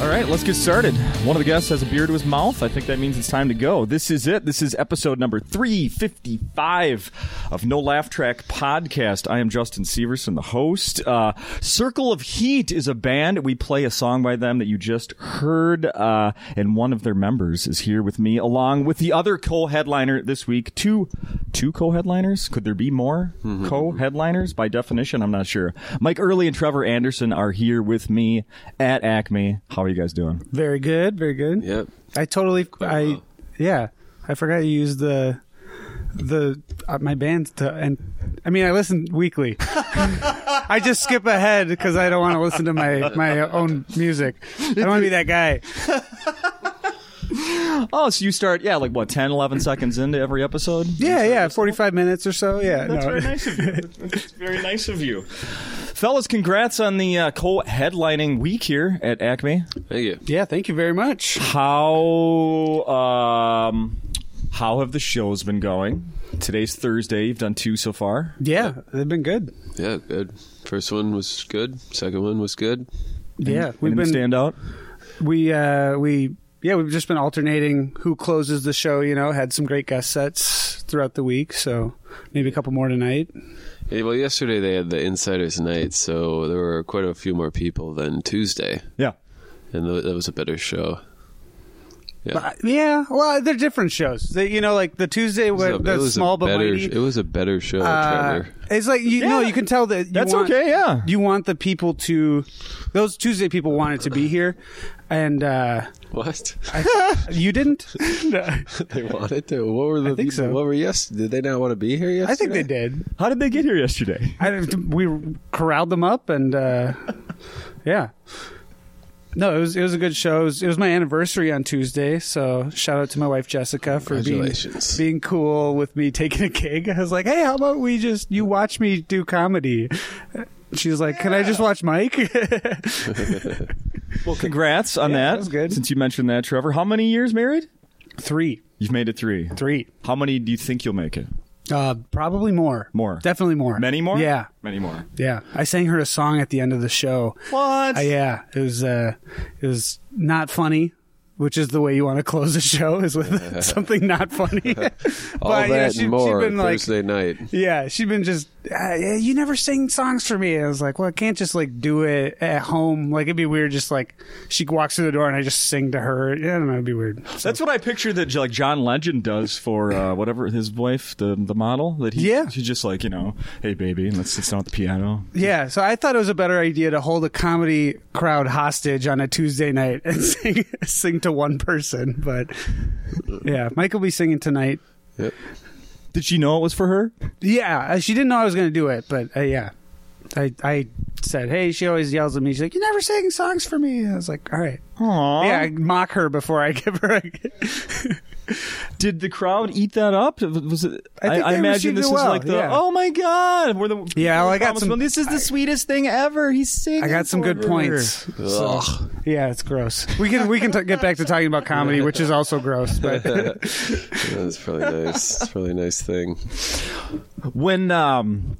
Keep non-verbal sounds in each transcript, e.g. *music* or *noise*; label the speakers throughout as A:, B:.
A: All right, let's get started. One of the guests has a beer to his mouth. I think that means it's time to go. This is it. This is episode number 355 of No Laugh Track Podcast. I am Justin Severson, the host. Uh, Circle of Heat is a band. We play a song by them that you just heard, uh, and one of their members is here with me, along with the other co-headliner this week. Two, two co-headliners? Could there be more co-headliners? By definition, I'm not sure. Mike Early and Trevor Anderson are here with me at Acme. How are you guys doing?
B: Very good, very good.
C: Yep.
B: I totally, I
C: well.
B: yeah, I forgot you used the the uh, my band to and I mean I listen weekly. *laughs* I just skip ahead because I don't want to listen to my my own music. I don't want to be that guy.
A: Oh, so you start, yeah, like what, 10, 11 seconds into every episode?
B: Yeah, yeah, forty five minutes or so. Yeah,
A: That's
B: no.
A: very nice *laughs* of you. That's very nice of you. Fellas, congrats on the uh, co-headlining week here at Acme.
C: Thank you.
B: yeah. Thank you very much.
A: How um how have the shows been going? Today's Thursday. You've done two so far.
B: Yeah, they've been good.
C: Yeah, good. First one was good. Second one was good.
B: Yeah, we've
A: We've
B: been
A: stand out.
B: we uh we yeah we've just been alternating who closes the show. You know, had some great guest sets throughout the week, so maybe a couple more tonight.
C: Yeah, well, yesterday they had the Insiders Night, so there were quite a few more people than Tuesday,
A: Yeah.
C: and th- that was a better show.
B: But, Uh, yeah, well, they're different shows. They, you know, like the Tuesday
C: So
B: where
C: it
B: the
C: was
B: small
C: a
B: but
C: better,
B: mighty.
C: It was a better show,
B: uh,
C: Trevor. *laughs*
B: it's like you know,
A: Yeah.
B: you can tell that you
A: That's
B: want,
A: okay, yeah.
B: you want the people to those Tuesday people wanted to be here, and uh,
C: What
B: *laughs* you didn't.
C: *laughs*
A: *laughs*
C: they wanted to? What were the?
B: think
C: people-
B: so.
C: What were yes? Did they not want to be here yesterday?
B: I think they did.
A: How did they get here yesterday?
B: I, we corralled them up, and uh, yeah. No, it was it was a good show. It was, it was my anniversary on Tuesday, so shout out to my wife Jessica for being
C: Congratulations.
B: being cool with me *laughs* taking a gig. I was like, hey, how about we just you watch me do comedy? She was like, can I just watch Mike? *laughs*
A: Well, congrats on that.
B: that was good.
A: Since you mentioned that, Trevor, how many years married?
B: three,
A: You've made it three.
B: three,
A: How many do you think you'll make it?
B: uh, probably more,
A: More.
B: definitely more,
A: Many more?
B: Yeah,
A: Many more.
B: yeah. I sang her a song at the end of the show.
A: What?
B: Uh, yeah, it was uh, it was not funny. Which is the way you want to close a show is with *laughs* something not funny. but
C: *laughs* All
B: you know,
C: that
B: she- she'd
C: and more
B: been like,
C: Thursday night.
B: Yeah, she'd been just, uh, yeah, you never sing songs for me. I was like, well, I can't just like do it at home. Like, it'd be weird. Just like she walks through the door and I just sing to her. Yeah, I don't know. It'd be weird.
A: That's what I picture that like John Legend does for uh, whatever his wife, the the model that he
B: Yeah.
A: she's just like you know, hey baby, let's sit down at the piano.
B: Yeah, so I thought it was a better idea to hold a comedy crowd hostage on a Tuesday night and *laughs* sing, sing to one person. But yeah, Mike will be singing tonight.
C: Yep.
A: Did she know it was for her?
B: Yeah, uh, she didn't know I was going to do it, but uh, yeah. I, I said, hey, she always yells at me. She's like, you never sang songs for me. I was like, all right.
A: Aww.
B: Yeah, I mock her before I *laughs* give her a.
A: Did the crowd eat that up? Was it?
B: I
A: I,
B: think
A: I
B: they
A: imagine
B: received
A: this
B: it
A: is
B: well,
A: like the
B: yeah.
A: oh my god, we're the
B: Yeah, well,
A: we're
B: I got
A: promised-
B: some-
A: This is the sweetest thing ever. He's singing.
B: I got some
A: for
B: good
A: her.
B: points. So,
C: Ugh.
B: yeah, it's gross. We can we can t- get back to talking about comedy, which is also gross.
C: *laughs*
B: But
C: That's probably nice. It's probably a nice thing.
A: when um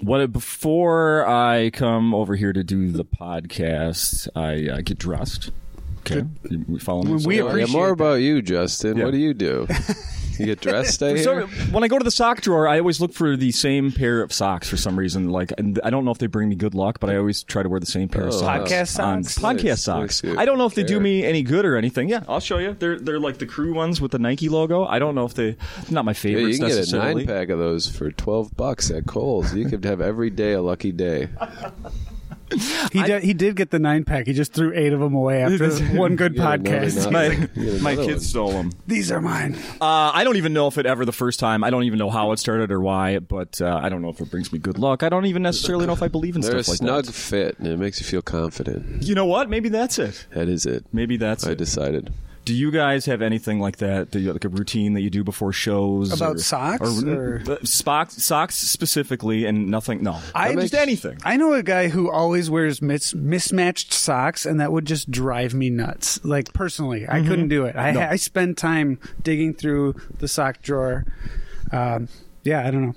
A: what before I come over here to do the podcast, I uh, get dressed. Okay, you you follow me.
B: We
C: Yeah,
B: appreciate
C: more
B: that.
C: about you, Justin.
A: Yeah.
C: What do you do? You
A: *laughs*
C: get dressed, I
A: So
C: hear.
A: when I go to the sock drawer, I always look for the same pair of socks for some reason. Like and I don't know if they bring me good luck, but I always try to wear the same pair of
C: Oh,
A: socks.
B: Podcast
A: on-
B: socks?
A: Podcast
C: Nice,
A: socks.
C: nice, good
A: I don't know if they do
C: pair.
A: me any good or anything. Yeah, I'll show you. They're they're like the crew ones with the Nike logo. I don't know if they not my
C: Yeah, you
A: favorites
C: can get a
A: necessarily.
C: nine pack of those for twelve bucks at Kohl's. You could have every day a
A: *laughs*
C: lucky day.
B: he did, he did get the nine pack. He just threw eight of them away after *laughs* one good
C: *laughs* Yeah, no, they're
B: podcast.
C: not.
A: my
C: You get
A: my
C: another
A: kids stole them.
B: These are mine.
A: Uh, I don't even know if it ever the first time. I don't even know how it started or why, but uh, I don't know if it brings me good luck. I don't even necessarily know if I believe in
C: They're a
A: stuff like
C: snug
A: that.
C: fit, and it makes you feel confident.
A: You know what? Maybe that's it.
C: That is it.
A: Maybe that's
C: I
A: it.
C: decided.
A: Do you guys have anything like that? Do you like a routine that you do before shows
B: About socks, or-
A: Uh, socks, socks specifically, and nothing. No,
B: I-
A: just anything.
B: I know a guy who always wears mis- mismatched socks, and that would just drive me nuts. Like personally, I
C: Mm-hmm.
B: couldn't do it. I I spend time digging through the sock drawer. Um, yeah, I don't know.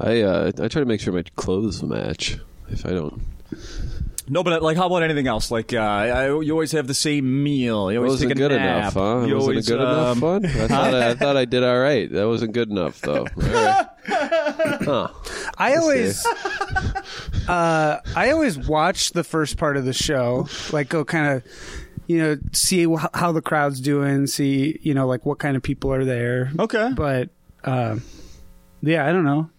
C: I uh, I try to make sure my clothes match. If I don't,
A: No, but like, how about anything else? Like, uh, I, you always have the same meal. You always
C: wasn't
A: take a
C: good
A: nap.
C: enough, huh?
A: You
C: wasn't
A: always,
C: it good enough
A: um, *laughs*
C: fun? I thought I, I thought I did all right. That wasn't good enough though. All right. Huh.
B: I always,
A: *laughs*
B: uh, I always watch the first part of the show, like go kind of, you know, see wh- how the crowd's doing, see, you know, like what kind of people are there.
A: Okay.
B: But, um, yeah, I don't know.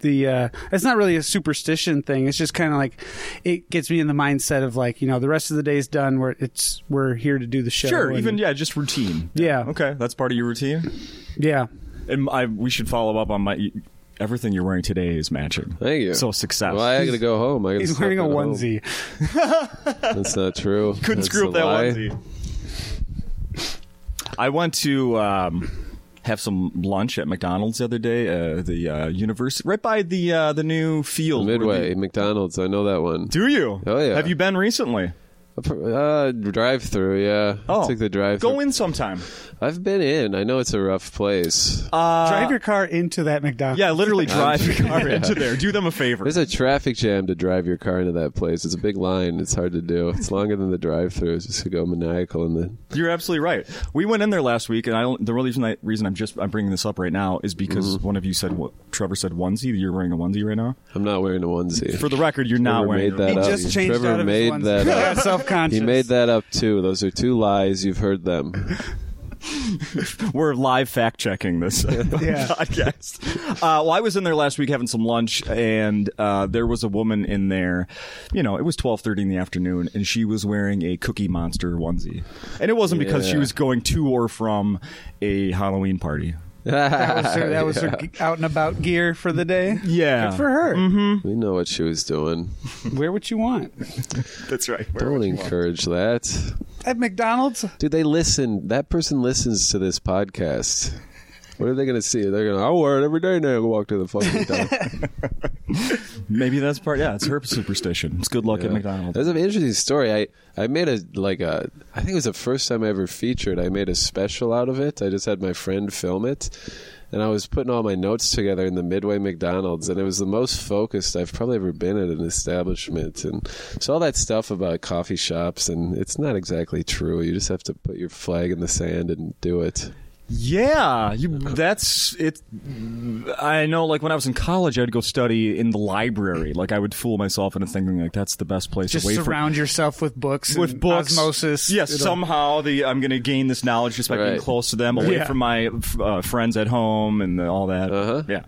B: The uh, it's not really a superstition thing. It's just kind of like it gets me in the mindset of like you know the rest of the day's done. Where it's we're here to do the show.
A: Sure,
B: and-
A: even yeah, just routine.
B: Yeah.
A: Okay, that's part of your routine.
B: yeah.
A: And I, we should follow up on my everything you're wearing today is matching.
C: Thank you.
A: So success.
C: Well, I got to go home. I gotta
B: He's
C: sleep
B: wearing a
C: at home.
B: onesie.
C: That's not true.
A: *laughs* Couldn't
C: That's
A: screw up
C: a
A: that
C: lie.
A: onesie. I went to um, have some lunch at McDonald's the other day. Uh, the uh, university, right by the uh, the new field. where
C: Midway
A: the-
C: McDonald's. I know that one.
A: do you?
C: Oh, yeah.
A: Have you been recently?
C: Uh, drive through. Yeah.
A: Oh,
C: Took the drive.
A: Go in sometime.
C: I've been in. I know it's a rough place. *laughs*
B: Drive your car into that McDonald's.
A: Yeah, literally drive your car into there. Do them a favor.
C: There's a traffic jam to drive your car into that place. It's a big line. It's hard to do. It's longer than the drive-through. It's just to go maniacal and then
A: You're absolutely right. We went in there last week, and I don't, the real reason, I, reason I'm just I'm bringing this up right now is because
C: Mm-hmm.
A: one of you said what Trevor said onesie. You're wearing a onesie right now.
C: I'm not wearing a onesie.
A: For the record, you're not
C: Trevor
A: wearing
C: made
A: a-
C: that
B: He
C: up.
B: just changed
C: Trevor
B: out of
C: made
B: his onesie. *laughs*
C: that up.
B: self conscious.
C: He made that up too. Those are two lies. You've
A: *laughs*
C: heard them. *laughs*
A: We're live fact checking this podcast. Uh, well, I was in there last week having some lunch, and uh, there was a woman in there. You know, it was twelve thirty in the afternoon, and she was wearing a Cookie Monster onesie, and it wasn't because she
C: Yeah.
A: was going to or from a Halloween party.
B: That was her, that was
C: *laughs*
B: her ge- out and about gear for the day.
A: Yeah.
B: Good for her.
C: We know what she was doing.
B: Wear what you want.
A: That's right.
C: Don't encourage that.
B: At McDonald's,
C: Dude, they listen. That person listens to this podcast. What are they going to see? They're going to, I'll wear it every day now. I walk to
A: *laughs*
C: the fucking door.
A: Maybe that's part. Yeah, it's her superstition. It's good luck at McDonald's.
C: That's an interesting story. I, I made a, like a, I think it was the first time I ever featured. I made a special out of it. I just had my friend film it. And I was putting all my notes together in the Midway McDonald's. And it was the most focused I've probably ever been at an establishment. And so all that stuff about coffee shops, and it's not exactly true. You just have to put your flag in the sand and do it.
A: Yeah, you, that's it. I know. Like when I was in college, I'd go study in the library. Like I would fool myself into thinking like that's the best place
B: just
A: away from
B: surround yourself with books.
A: with
B: and
A: books.
B: osmosis.
A: Yes,
B: It'll-
A: somehow the I'm going to gain this knowledge just by being
C: Right.
A: close to them, away
B: Yeah.
A: from my f- uh, friends at home and all that.
C: Uh-huh.
A: Yeah.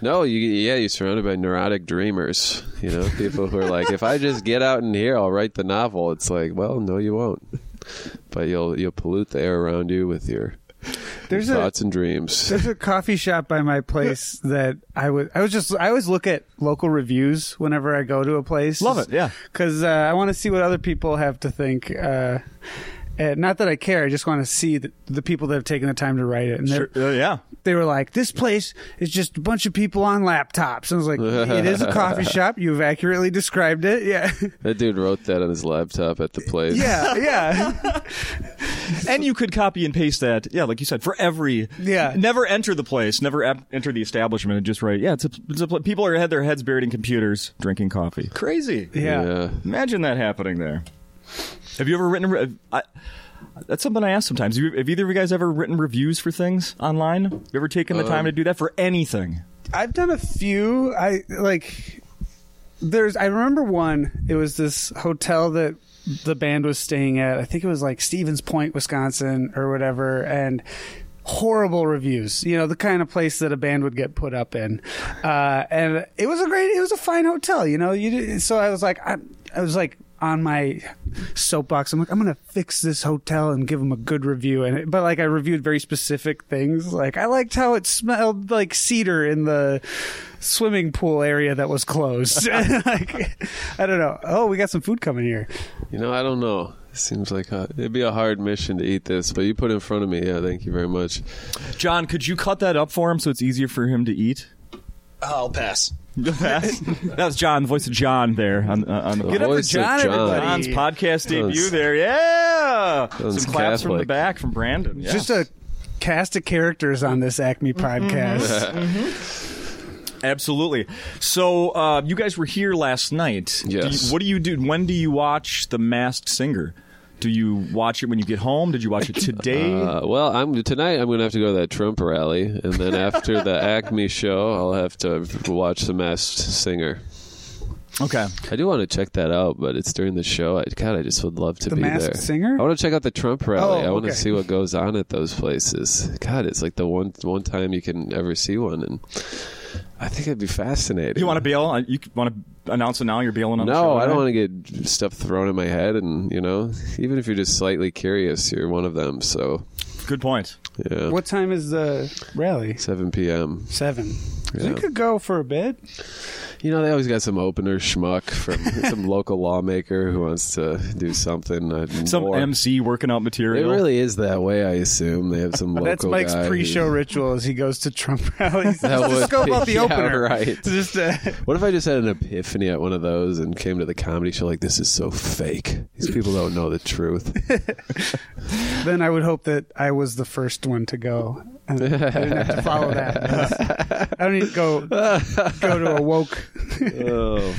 C: No, you yeah, you're surrounded by neurotic dreamers. You know, people who are like, if I just get out in here, I'll write the novel. It's like, well, no, you won't. But you'll you'll pollute the air around you with your
B: there's a
C: thoughts and dreams.
B: there's a coffee shop by
A: *laughs*
B: my place that I would I was just I always look at local reviews whenever I go to a place.
A: Love it, yeah.
B: because uh, I want to see what other people have to think. Uh, and not that I care, I just want to see the, the people that have taken the time to write it. And they're-
A: Sure, uh, yeah.
B: they were like, "This place is just a bunch of people on laptops." And I was like, "It is a coffee shop. You've accurately described it. Yeah, *laughs*
C: That dude wrote that on his laptop at the place.
B: yeah, yeah,
A: And you could copy and paste that. Yeah, like you said, for every.
B: Yeah.
A: Never enter the place. Never ep- enter the establishment. And just write. Yeah, it's a, it's a pl- people are had their heads buried in computers, drinking coffee. Crazy.
B: yeah."
C: Yeah.
A: Imagine that happening there. Have you ever written? re- I, that's something I ask sometimes. You- Have either of you guys ever written reviews for things online? You ever taken the
C: Um,
A: time to do that for anything?
B: I've done a few. I like. There's. I remember one. It was this hotel that the band was staying at. I think it was like Stevens Point, Wisconsin, or whatever, and. Horrible reviews, you know the kind of place that a band would get put up in, uh, and it was a great, it was a fine hotel, you know. You did, so I was like, I, I was like on my soapbox. I'm like, I'm gonna fix this hotel and give them a good review. And it, but like, I reviewed very specific things. Like, I liked how it smelled like cedar in the swimming pool area that was closed. *laughs* like, I don't know. Oh, we got some food coming here.
C: You know, I don't know. It seems like a, it'd be a hard mission to eat this, but you put it in front of me. Yeah, thank you very much.
A: John, could you cut that up for him so it's easier for him to
C: *laughs*
A: eat?
D: I'll pass.
A: that was John, the voice of John there on, uh, on the
C: Get up for Voice of John, John. everybody.
A: John's podcast debut
C: Sounds-
A: there. Yeah,
C: sounds
A: some claps from the
C: Catholic.
A: back from Brandon. Yeah.
C: Mm-hmm. *laughs*
B: Just a cast of characters on this Acme podcast.
A: Absolutely. So uh, you guys were here last night. Do
C: Yes.
A: you- what do you do? When do you watch The Masked Singer? Do you watch it when you get home? Did you watch it today?
C: Uh, well, I'm tonight. I'm going to have to go to that Trump rally, and then after
B: *laughs*
C: the Acme show, I'll have to watch The Masked Singer.
A: okay.
C: I do want to check that out, but it's during the show. I, God, I just would love to
B: The
C: be
B: Masked
C: there.
B: Singer?
C: I want to check out the Trump rally.
B: Oh,
C: I want
B: okay.
C: to see what goes on at those places. God, it's like the one one time you can ever see one, and I think it'd be fascinating.
A: You want to bail? on- You want to announce it now? You're bailing on the show?
C: No, I don't
A: tonight?
C: want to get stuff thrown in my head, and you know, even if you're just slightly curious, you're one of them. So,
A: Good point.
C: yeah,
B: What time is the rally?
C: 7 p.m.
B: Seven.
C: Yeah.
B: We could go for a bit.
C: You know, they always got some opener
B: *laughs*
C: schmuck from some local lawmaker who wants to do something. Uh,
A: Some
C: more.
A: MC working out
C: It
A: material.
C: really is that way. I assume they have some
B: *laughs*
C: local.
B: That's Mike's
C: guy who-
B: pre-show ritual as he goes to Trump rallies. *laughs*
C: *laughs* That
B: Just to
C: would
B: scope
C: be- *laughs*
B: out the
C: yeah,
B: opener.
C: right.
B: Just uh,
C: What if I just had an epiphany at one of those and came to the comedy show like this is so fake? These people don't know the truth.
B: *laughs* then I would hope that I was the first one to go. And I didn't have to follow
A: *laughs*
B: that. I don't need to go go to a woke
A: *laughs*
C: oh,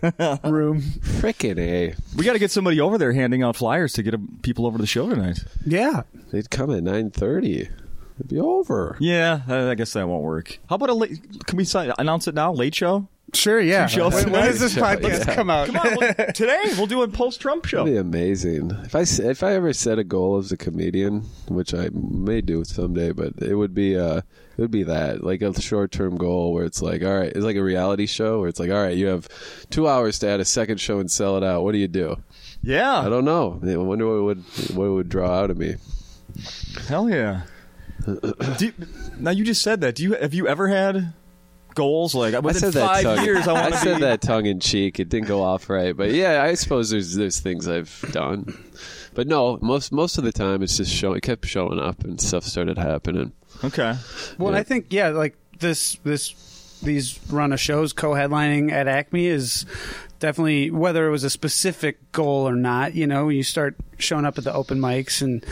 B: room.
C: frickin' a!
A: We got to get somebody over there handing out flyers to get uh, people over to the show tonight.
B: Yeah.
C: They'd come at nine thirty. It'd be over.
A: Yeah, I I guess that won't work. How about a late? Can we si- announce it now? Late show?
B: Sure, yeah.
A: Two shows
B: When- when
A: tonight.
B: does this
C: Show,
B: podcast
C: yeah.
B: come out?
A: Come on, we'll- *laughs* today we'll do a post-Trump show.
C: That'd be amazing. If I s- if I ever set a goal as a comedian, which I may do someday, but it would be uh it would be that like a short term goal where it's like all right, it's like a reality show where it's like all right, you have two hours to add a second show and sell it out. What do you do? I
A: Yeah,
C: don't know. I wonder what it would what it would draw out of me.
A: hell yeah. do you, now you just said that. Do you have you ever had goals like
C: I
A: within
C: said that
A: five
C: tongue.
A: years? I want to
C: said
A: be.
C: that tongue in cheek. It didn't go off right, but yeah, I suppose there's there's things I've done, but no, most most of the time it's just show. It kept showing up and stuff started happening.
A: Okay,
B: Well, I think yeah, like this this these run of shows co-headlining at Acme is definitely whether it was a specific goal or not. You know, you start showing up at the open mics and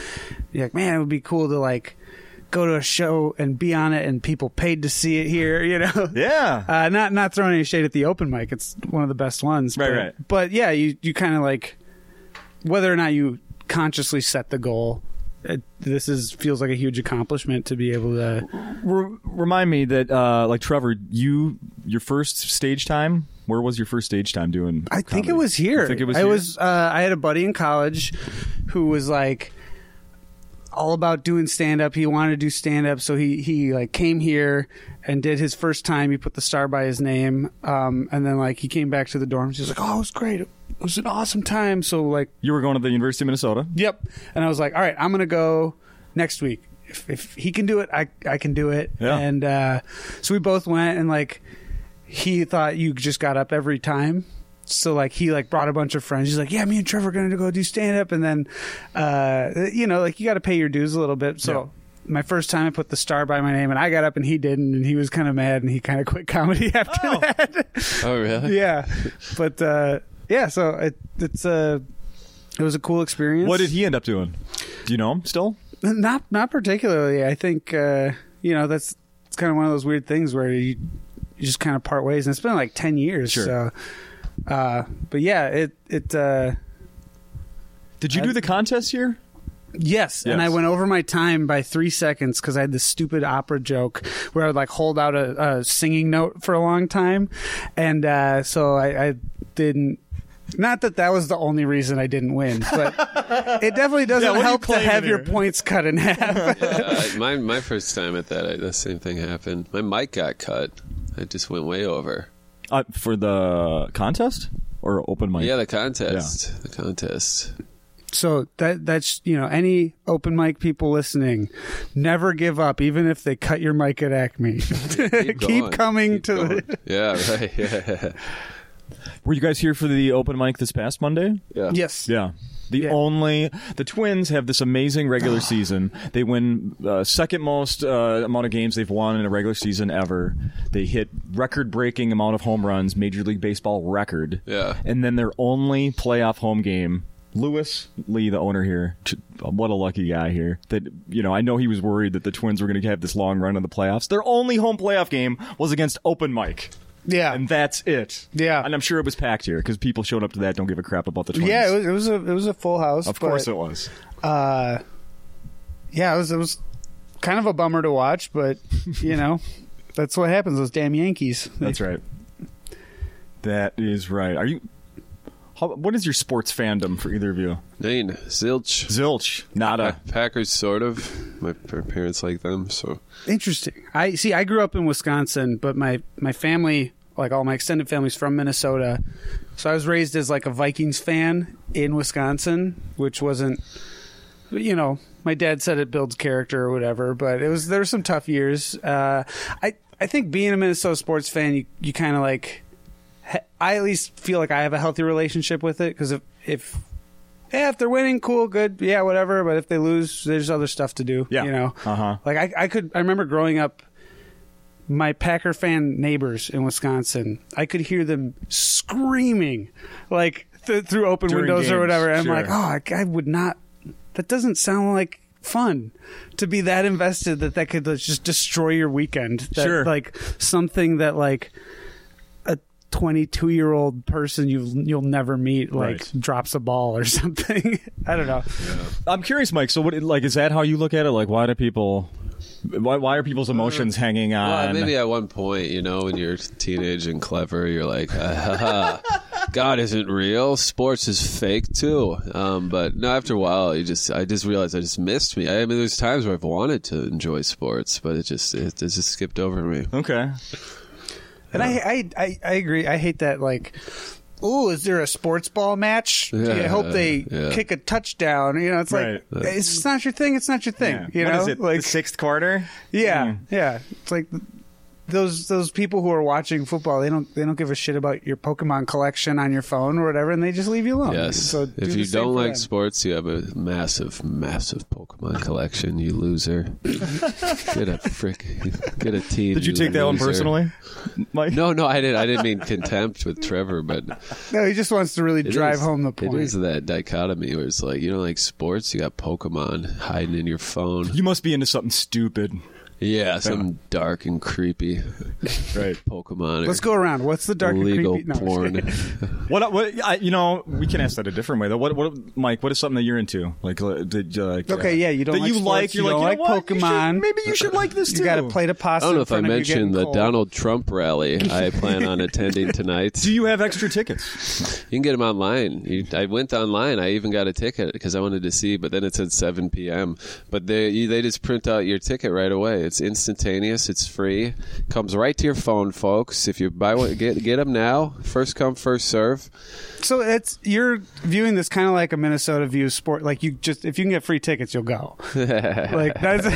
B: you're like, man, it would be cool to like go to a show and be on it and people paid to see it here.
A: *laughs*
B: You know.
A: yeah.
B: Uh, not not throwing any shade at the open mic. It's one of the best ones.
A: Right,
B: but,
A: right.
B: But yeah, you you kind of like whether or not you consciously set the goal. It, this is feels like a huge accomplishment to be able to
A: Re- remind me that, uh, like Trevor, you your first stage time. Where was your first stage time doing?
B: I think
A: comedy?
B: it was here.
A: You think it was.
B: I
A: here?
B: was. Uh, I had a buddy in college who was like all about doing stand up. He wanted to do stand up, so he he like came here and did his first time. He put the star by his name, um, and then like he came back to the dorms. He was like, "Oh, it was great. It was an awesome time." So like,
A: You were going to the University of Minnesota.
B: yep. And I was like, "All right, I'm gonna go next week. If, if he can do it, I I can do it."
A: Yeah.
B: And uh, so we both went and like he thought you just got up every time. So like he like brought a bunch of friends. He's like, yeah, me and Trevor are gonna go do stand up, and then, uh, you know, like you got to pay your dues a little bit. So my first time, I put the star by my name, and I got up and he didn't, and he was kind of mad, and he kind of *laughs* quit comedy after
A: Oh.
B: that. *laughs*
C: Oh really?
B: yeah, but uh, yeah, so it, it's uh, it was a cool experience.
A: What did he end up doing? Do you know him still?
B: Not not particularly. I think uh, you know that's it's kind of one of those weird things where you you just kind of part ways, and it's been like ten years.
A: Sure.
B: So, uh, but yeah, it it uh,
A: Did you do the contest here?
B: yes, and
A: Yes.
B: I went over my time by three seconds because I had this stupid opera joke where I would like hold out a, a singing note for a long time, and uh, so I, I didn't. Not that that was the only reason I didn't win,
A: *laughs*
B: but it definitely
A: Yeah,
B: doesn't
A: what are you
B: help to
A: claiming
B: have your
A: here?
B: points cut
A: *laughs*
B: in half.
C: Uh, my my first time at that, I, the same thing happened. My mic got cut. I just went way over.
A: Uh, for the contest or open mic?
C: Yeah, the contest. The contest.
B: So that that's you know any open mic people listening, never give up even if they cut your mic at
A: *laughs*
B: Acme. *laughs* *laughs* Keep,
C: going.
B: coming
C: Keep
B: to
C: going. *laughs* Yeah, right. *laughs* Yeah.
A: Were you guys here for the open mic this past Monday?
C: yeah.
B: the yes.
A: Yeah. The
B: Yeah.
A: only the Twins have this amazing
B: *sighs*
A: regular season. They win uh, second most uh, amount of games they've won in a regular season ever. They hit record-breaking amount of home runs, Major League Baseball record.
C: Yeah.
A: And then their only playoff home game Lewis Lee, the owner here, t- what a lucky guy here. That you know, I know he was worried that the Twins were going to have this long run in the playoffs. Their only home playoff game was against open mic,
B: Yeah.
A: and that's it.
B: Ah. Yeah.
A: and I'm sure it was packed here because people showed up to that. Don't give a crap about the Twins.
B: yeah, it was, it was a it was a full house.
A: of course
B: but,
A: it was.
B: Uh, yeah, it was it was kind of a bummer to watch, but
A: *laughs*
B: you know, that's what happens. Those damn Yankees.
A: That's right. That is right. Are you? How, what is your sports fandom for either of you?
C: Nine, Zilch.
A: Zilch, nada.
C: Packers, sort of. My p- parents like them, so
B: Interesting. I see. I grew up in Wisconsin, but my my family, like all my extended family's from Minnesota, so I was raised as like a Vikings fan in Wisconsin, which wasn't, you know, my dad said it builds character or whatever, but it was there were some tough years. Uh, I I think being a Minnesota sports fan, you you kind of like, he- I at least feel like I have a healthy relationship with it because if if yeah, if they're winning, cool, good, yeah, whatever. But if they lose, there's other stuff to do.
A: Yeah.
B: you know.
A: Uh-huh.
B: Like I, I could I remember growing up my Packer fan neighbors in Wisconsin. I could hear them screaming like th- through open
A: During
B: windows or
A: games,
B: whatever. And
A: sure.
B: I'm like, "Oh, I, I would not that doesn't sound like fun to be that invested that that could like, just destroy your weekend." That,
A: Sure.
B: Like something that like a 22-year-old person you you'll never meet like
A: Right.
B: drops a ball or *laughs* something. I don't know.
A: I'm curious, Mike. So, what? Like, is that how you look at it? Like, why do people? Why, why are
B: Uh,
A: people's emotions hanging on?
B: Um,
C: Well, Uh, maybe at one point, you know, when you're teenage and clever, you're like, *laughs* ah, ha, ha. God isn't real. Sports is fake too. Um, but no, after a while, you just I just realized I just missed me. I mean, there's times where I've wanted to enjoy sports, but it just it, it just skipped over me.
A: okay.
B: And I, I, I, I agree. I hate that. Like, ooh, is there a sports ball match?
C: Yeah,
B: I hope they
C: yeah.
B: kick a touchdown. You know, it's
A: Right.
B: like it's just not your thing. It's not your thing.
A: Yeah.
B: You
A: What
B: know,
A: is it, the
B: like
A: sixth quarter?
B: yeah,
A: Mm.
B: yeah. It's like those those people who are watching football. They don't they don't give a shit about your Pokemon collection on your phone or whatever, and they just leave you alone.
C: Yes.
B: So do
C: if
B: the
C: you
B: same
C: don't
B: for
C: like
B: them.
C: sports, you have a massive, massive Pokemon collection.
B: *laughs*
C: You loser. get a frick. Get a team.
A: Did you take that one
C: loser.
A: personally, Mike?
C: No, no, I didn't. I didn't mean contempt with Trevor, but
B: no, he just wants to really
C: it
B: drive
C: is-
B: home the point.
C: It is that dichotomy where it's like you don't like sports, you got Pokemon hiding in your phone.
A: You must be into something stupid,
C: Yeah, some dark and creepy *laughs*
A: right?
C: Pokemon. or
B: Let's go around. What's the dark
C: Illegal
B: and creepy? No, I'm just
C: *laughs*
B: kidding. *laughs*
C: porn.
A: What? What? I, you know, we can ask that a different way though. What? What? Mike, what is something that you're into? Like, uh, did uh, like,
B: Okay,
A: uh,
B: yeah, you don't
A: that
B: like
A: you
B: sports,
A: like. You're like, you
B: you don't
A: know
B: like
A: what? You should-
B: Pokemon.
A: maybe you should like this too.
B: *laughs* You got to plate a
C: I
B: pasta.
C: don't know
B: in
C: if I
B: front of you getting
C: mentioned the
B: cold.
C: Donald Trump rally I plan on attending
B: *laughs*
C: tonight.
A: Do you have extra tickets?
C: You can get them online. You, I went online. I even got a ticket because I wanted to see, but then it said 7 p.m. But they you, they just print out your ticket right away. It's instantaneous. It's free. Comes right to your phone, folks. If you buy one, get get them now. First come, first serve. *laughs*
B: So it's you're viewing this kind of like a Minnesota view sport. Like you just if you can get free tickets, you'll
C: *laughs*
B: go. like that's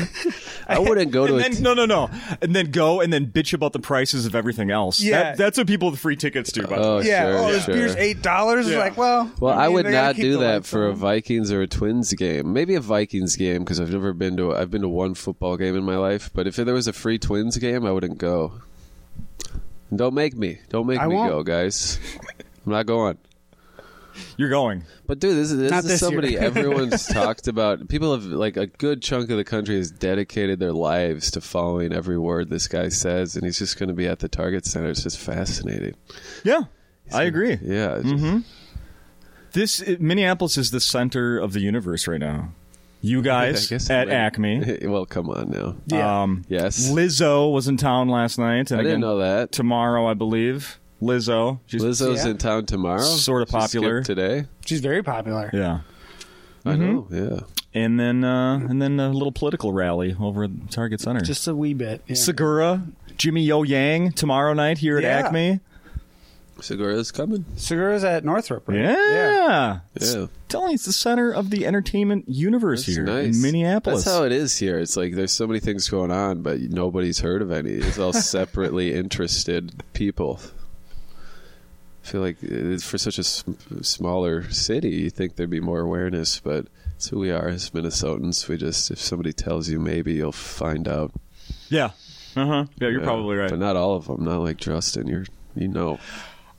C: I wouldn't go to
A: And
C: a
A: then, no, no, no. And then go and then bitch about the prices of everything else.
B: Yeah.
A: That, that's what people with free tickets do. By the way.
C: Oh,
B: yeah.
C: sure,
B: oh, this
C: sure.
B: beer's eight dollars.
A: Yeah.
B: Like well,
C: Well, I,
B: mean,
C: would
B: they gotta
C: not
B: keep
C: do
B: the
C: that
B: lights
C: for a
B: on.
C: Vikings or a Twins game. Maybe a Vikings game because I've never been to. A, I've been to one football game in my life, but if there was a free Twins game, I wouldn't go. And Don't make me. Don't make
B: I
C: me
B: won't.
C: go, guys. I'm not going.
A: You're going.
C: But dude, this is this
B: Not
C: is
B: this year. *laughs*
C: somebody everyone's talked about. People have like a good chunk of the country has dedicated their lives to following every word this guy says, and he's just going to be at the Target Center. It's just fascinating.
A: Yeah, I agree.
C: Yeah. it's
B: Mm-hmm.
A: This Minneapolis is the center of the universe right now. You
C: just- I guess
A: guys at
C: I'm like- *laughs*
A: Acme.
C: well, come on now.
B: Yeah.
A: Um,
C: Yes.
A: Lizzo was in town last night, and
C: I
A: again
C: didn't know that.
A: tomorrow, I believe. Lizzo, she's
C: Lizzo's
B: Yeah.
C: in town tomorrow.
A: Sorta
C: She skipped
A: popular. Mm-hmm.
C: today.
B: She's very popular.
A: yeah,
C: I know. Yeah.
A: and then uh, and then a little political rally over at Target Center.
B: Just a wee bit. Yeah.
A: Segura, Jimmy Yo Yang tomorrow night here at
B: Yeah.
A: Acme.
C: Segura's coming.
B: Segura's at Northrop. Right?
A: Yeah. It's-
C: Yeah.
A: Telling you, it's the center of the entertainment universe
C: It's
A: here
C: nice.
A: in Minneapolis.
C: That's how it is here. It's like there's so many things going on, but nobody's heard of any.
A: *laughs*
C: It's all separately interested people. I feel like it's for such a s- smaller city, you think there'd be more awareness, but it's who we are as Minnesotans. We just, if somebody tells you, maybe you'll find out.
A: yeah. Uh huh. Yeah, you're probably right.
C: But not all of them. Not like Justin. You're, you know.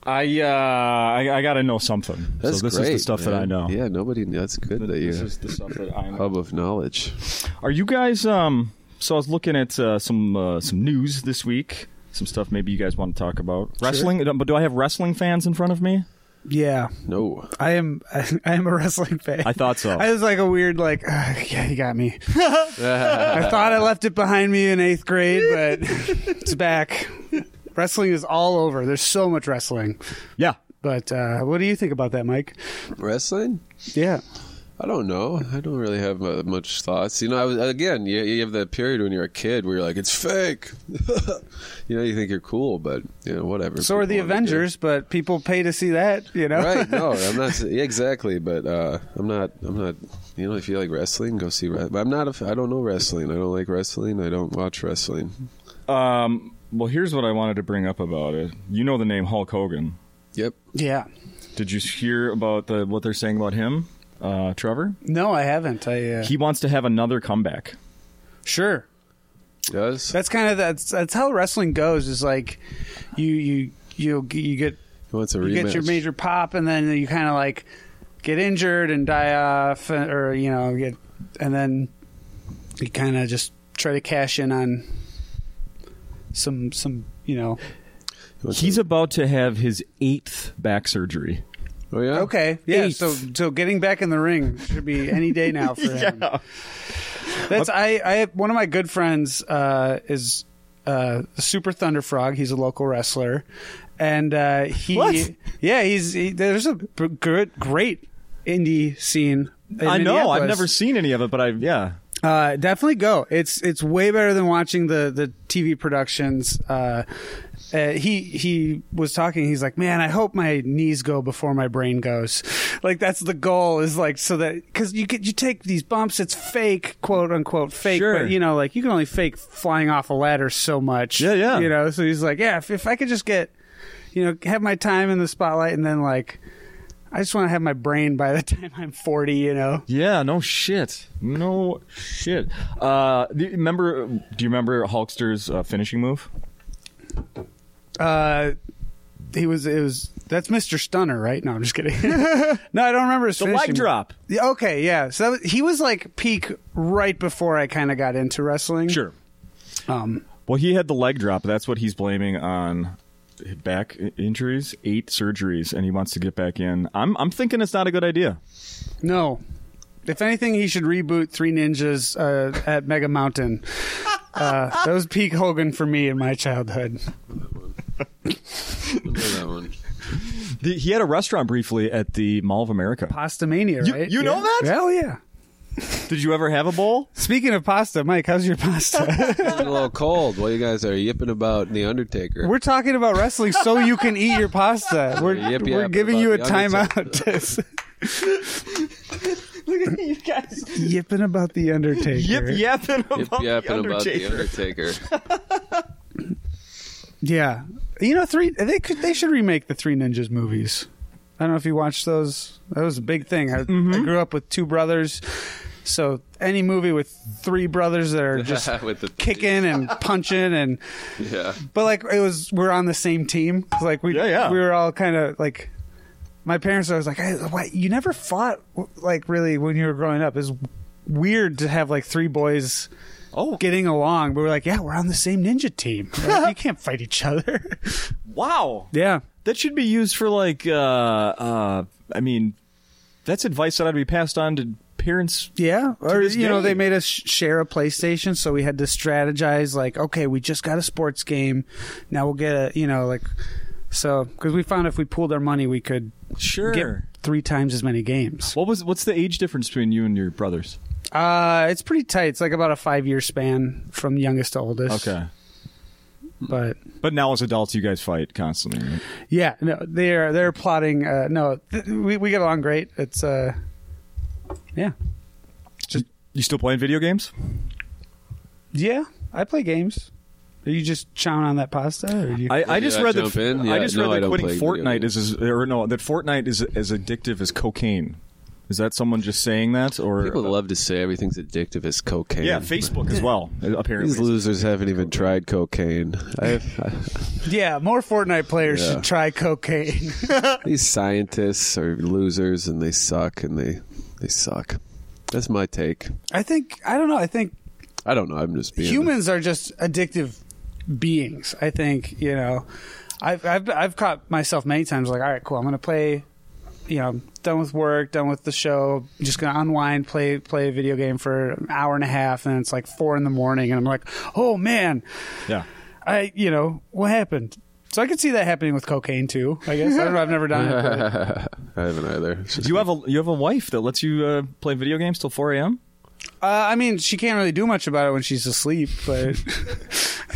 A: I, uh, I I gotta know something.
C: That's
A: so this
C: great,
A: is the stuff that
C: man.
A: I know.
C: Yeah, nobody. That's good that
A: This
C: you
A: is the stuff that I know.
C: hub of knowledge.
A: Are you guys? Um, so I was looking at uh, some uh, some news this week. Some stuff maybe you guys want to talk about wrestling. uh, But do I have wrestling fans in front of me?
B: Yeah,
C: No,
B: I am. *laughs* I, am a wrestling fan.
A: I thought so.
B: I was like a weird, like, "Ah, yeah, you got *laughs* me. I thought I left it behind me in eighth grade, *laughs* but it's back. Wrestling is all over. There's so much wrestling.
A: yeah.
B: But uh, what do you think about that, Mike?
C: wrestling.
B: Yeah.
C: I don't know. I don't really have mu- much thoughts. You know, I was, again, you, you have that period when you're a kid where you're like, it's fake. *laughs* you know, you think you're cool, but you know, whatever.
B: So are the
C: People wanna do.
B: Avengers, but people pay to see that, you know?
C: *laughs* right? No, I'm not yeah, exactly, but uh, I'm not. I'm not. You know, if you like wrestling, go see. Re- but I'm not. A, f- I don't know wrestling. I don't like wrestling. I don't watch wrestling.
A: Um, well, here's what I wanted to bring up about it. You know the name Hulk Hogan.
C: Yep.
B: *laughs* yeah.
A: Did you hear about the what they're saying about him, uh, Trevor?
B: No, I haven't. I uh,
A: He wants to have another comeback.
B: sure.
C: Does
B: That's kind of that's that's how wrestling goes. Is like you you you you get
C: he wants a
B: you
C: rematch?
B: get your major pop, and then you kind of like get injured and die off, uh, or you know get, and then you kind of just try to cash in on some some you know.
C: He wants
A: He's about to have his eighth back surgery.
C: a, oh yeah.
B: Okay, yeah.
A: Eighth.
B: So so getting back in the ring should be any day now
A: *laughs*
B: for him. That's I I one of my good friends uh, is uh, Super Thunder Frog. He's a local wrestler, and uh, he
A: What?
B: yeah he's he, there's a b- good great indie scene. in
A: I know. I've
B: Minneapolis.
A: never seen any of it, but I yeah.
B: Uh, definitely go. It's it's way better than watching the the TV productions. Uh, uh, he he was talking. He's like, man, I hope my knees go before my brain goes. Like that's the goal is like so that because you get you take these bumps. It's fake, quote unquote fake.
A: Sure.
B: But you know, like you can only fake flying off a ladder so much.
A: Yeah, yeah.
B: You know. So he's like, yeah, if, if I could just get, you know, have my time in the spotlight and then like. I just want to have my brain by the *laughs* time I'm 40, you know.
A: Yeah, no shit. No shit. Uh, do you remember? Do you remember Hulkster's uh, finishing move?
B: Uh, he was. It was. That's Mr. Stunner, right? No, I'm just kidding. *laughs* no, I don't remember his
A: The
B: finishing.
A: leg drop.
B: Yeah, Okay, yeah. So that was, he was like peak right before I kind of got into wrestling.
A: Sure.
B: Um.
A: Well, he had the leg drop. That's what he's blaming on back i- injuries, eight surgeries, and he wants to get back in. I'm I'm thinking it's not a good idea.
B: No. If anything, he should reboot Three Ninjas uh, at Mega Mountain.
A: *laughs*
B: Uh, that was peak Hogan for me in my childhood.
C: I know that one.
A: The, he had a restaurant briefly at the Mall of America.
B: Pasta Mania,
A: You-
B: right?
A: you know
B: Yeah.
A: that?
B: Hell yeah.
A: Did you ever have a bowl?
B: Speaking of pasta, Mike, how's your pasta? *laughs*
C: It's been a little cold while you guys are yipping about the Undertaker.
B: We're talking about wrestling so you can eat your pasta. We're,
C: Yip,
B: we're
C: yap
B: giving you a
C: about the Undertaker.
B: timeout.
A: Look at you guys.
B: Yipping about the Undertaker.
A: Yip yapping
C: Yip
A: about, the,
C: yapping about the
A: Undertaker. *laughs*
C: Undertaker.
B: Yeah. You know, three they could they should remake the Three Ninjas movies. I don't know if you watched those. That was a big thing. I, I grew up with two brothers. So any movie with three brothers that are just
C: *laughs* With the-
B: kicking and punching and
C: Yeah.
B: but like it was we're on the same team. It's like we
A: Yeah, yeah.
B: we were all kind of like my parents are always like, hey, why, you never fought like really when you were growing up. It's weird to have like three boys
A: Oh,
B: getting along. But we're like, yeah, we're on the same ninja team.
A: *laughs*
B: Like, you can't fight each other.
A: wow.
B: yeah.
A: That should be used for like uh uh I mean that's advice that I'd be passed on to parents.
B: Yeah, or
A: this
B: you know,
A: day.
B: they made us sh- share a PlayStation, so we had to strategize. Like, okay, we just got a sports game, now we'll get a, you know, like, so because we found if we pooled our money, we could
A: Sure.
B: get three times as many games.
A: What was what's the age difference between you and your brothers?
B: Uh, it's pretty tight. It's like about a five year span from youngest to oldest.
A: Okay.
B: but
A: But now as adults you guys fight constantly. Right?
B: yeah, no, they're they're plotting. Uh, no, th- we we get along great. It's uh, yeah,
A: Just you still playing video games?
B: yeah. I play games. Are you just chowing on that pasta? Or do you...
A: I, I
C: Yeah,
A: just
C: I
A: read
C: jump
A: that
C: in.
A: I
C: Yeah,
A: just
C: no,
A: read
C: I
A: that
C: don't
A: quitting
C: play video
A: Fortnite
C: games.
A: is as, or no that Fortnite is as addictive as cocaine. Is that someone just saying that, or uh,
C: People love to say everything's addictive as cocaine.
A: yeah, Facebook as
C: *laughs*
A: well?
C: These
A: Apparently,
C: losers haven't even tried cocaine. I,
B: Yeah, more Fortnite players
C: Yeah.
B: should try cocaine. *laughs*
C: these scientists are losers and they suck and they they suck. That's my take.
B: I think I don't know. I think
C: I don't know. I'm just being
B: humans are just addictive beings. I think you know, I've I've I've caught myself many times like, all right, cool, I'm gonna play. You know, done with work, done with the show. Just gonna unwind, play play a video game for an hour and a half, and it's like four in the morning, and I'm like, oh man,
A: yeah.
B: I you know what happened. So I could see that happening with cocaine too. I guess I don't know. I've never done it. but-
C: *laughs* I haven't either. It's just-
A: Do you have a you have a wife that lets you uh, play video games till 4 a.m.?
B: Uh, I mean, she can't really do much about it when she's asleep, but *laughs*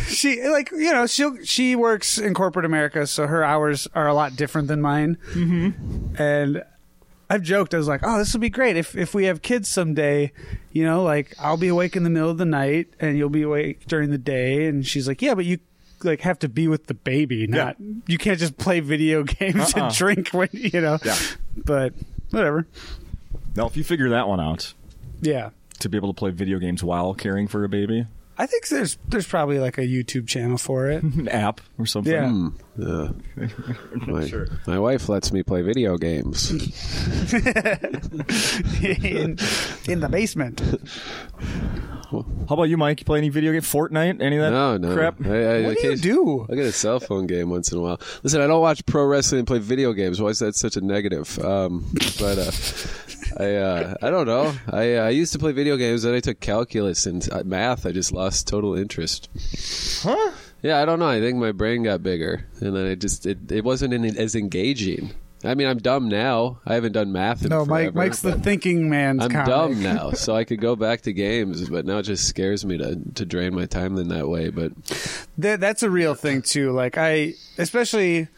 B: she like you know she she works in corporate America, so her hours are a lot different than mine. Mm-hmm. And I've joked, I was like, "Oh, this would be great if if we have kids someday." You know, like I'll be awake in the middle of the night, and you'll be awake during the day. And she's like, "Yeah, but you." like have to be with the baby not you can't just play video *laughs* games
A: Uh-uh.
B: and drink when you know
A: Yeah.
B: but whatever
A: Now, if you figure that one out,
B: yeah
A: to be able to play video games while caring for a baby,
B: I think there's there's probably like a YouTube channel for it.
A: an app or something.
B: Yeah.
C: Hmm. Yeah.
A: *laughs*
C: my, my wife lets me play video games.
B: in, in the basement.
A: How about you, Mike? You play any video game? Fortnite? Any of that
C: No, no.
A: crap?
C: I, I,
B: What do you
C: occasion-
B: do?
C: I get a cell phone game once in a while. Listen, I don't watch pro wrestling and play video games. Why is that such a negative? Um, but uh, I, uh, I don't know. I, uh, I used to play video games, then I took calculus and uh, math. I just lost total interest.
A: Huh?
C: Yeah, I don't know. I think my brain got bigger, and then it just it, it wasn't in, as engaging. I mean, I'm dumb now. I haven't done math in
B: No,
C: forever.
B: Mike. Mike's the thinking man's
C: I'm
B: comic.
C: dumb now, so I could go back to games, but now it just scares me to to drain my time in that way. But
B: That, that's a real thing too. Like I, especially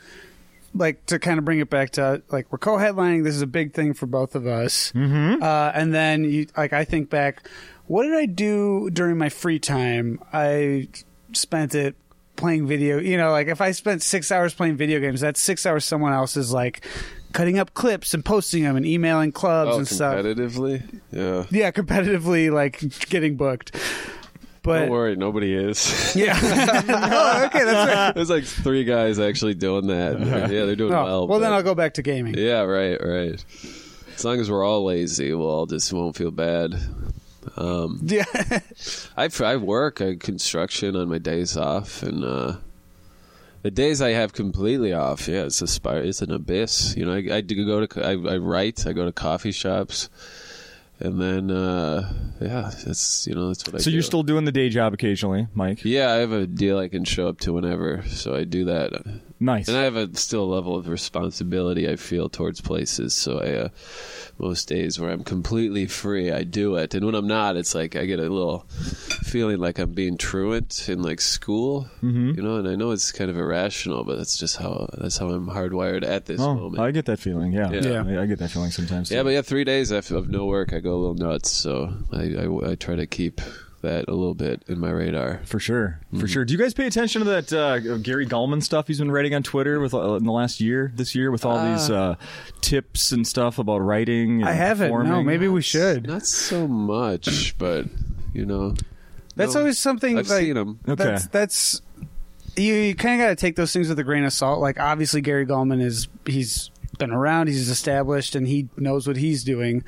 B: like to kind of bring it back to like we're co-headlining. This is a big thing for both of us. Mm-hmm. Uh, and then you like I think back, what did I do during my free time? I spent it playing video. You know, like if I spent six hours playing video games, that's six hours someone else is like cutting up clips and posting them and emailing clubs
C: oh,
B: and stuff.
C: competitively, yeah.
B: yeah, competitively like getting booked. But
C: Don't worry, nobody is. *laughs*
B: yeah, *laughs* oh, okay, that's right.
C: There's like three guys actually doing that. Yeah, they're doing
B: Oh,
C: well.
B: well, then
C: but-
B: I'll go back to gaming.
C: Yeah, right, right. As long as we're all lazy, we'll all just won't feel bad. Um,
B: *laughs* Yeah,
C: I I work I construction on my days off, and uh, the days I have completely off, yeah, it's a spir- it's an abyss. You know, I, I do go to I, I write, I go to coffee shops, and then uh, yeah, that's you know that's what I.
A: So you're
C: do.
A: still doing the day job occasionally, Mike?
C: Yeah, I have a deal I can show up to whenever, so I do that.
A: Nice.
C: And I have a still a level of responsibility I feel towards places. So I, uh, most days where I'm completely free, I do it. And when I'm not, it's like I get a little feeling like I'm being truant in like school,
A: Mm-hmm.
C: you know. And I know it's kind of irrational, but that's just how that's how I'm hardwired at this
A: oh,
C: moment.
A: I get that feeling. Yeah.
C: Yeah.
A: I, I get that feeling sometimes.
C: yeah,
A: too.
C: but yeah, three days of of no work, I go a little nuts. So I, I, I try to keep that a little bit in my radar.
A: For sure,
C: Hmm.
A: for sure. Do you guys pay attention to that uh, Gary Gallman stuff he's been writing on Twitter with uh, in the last year, this year, with all these
C: Ah.
A: uh, tips and stuff about writing? And
B: I haven't. No,
A: performing?
B: maybe we should.
C: Not so much, but you know,
B: That's
C: No.
B: always something.
C: I've
B: like,
C: seen him.
A: Okay.
B: That's that's you, you kind of got to take those things with a grain of salt. Like obviously Gary Gallman is he's been around, he's established, and he knows what he's doing.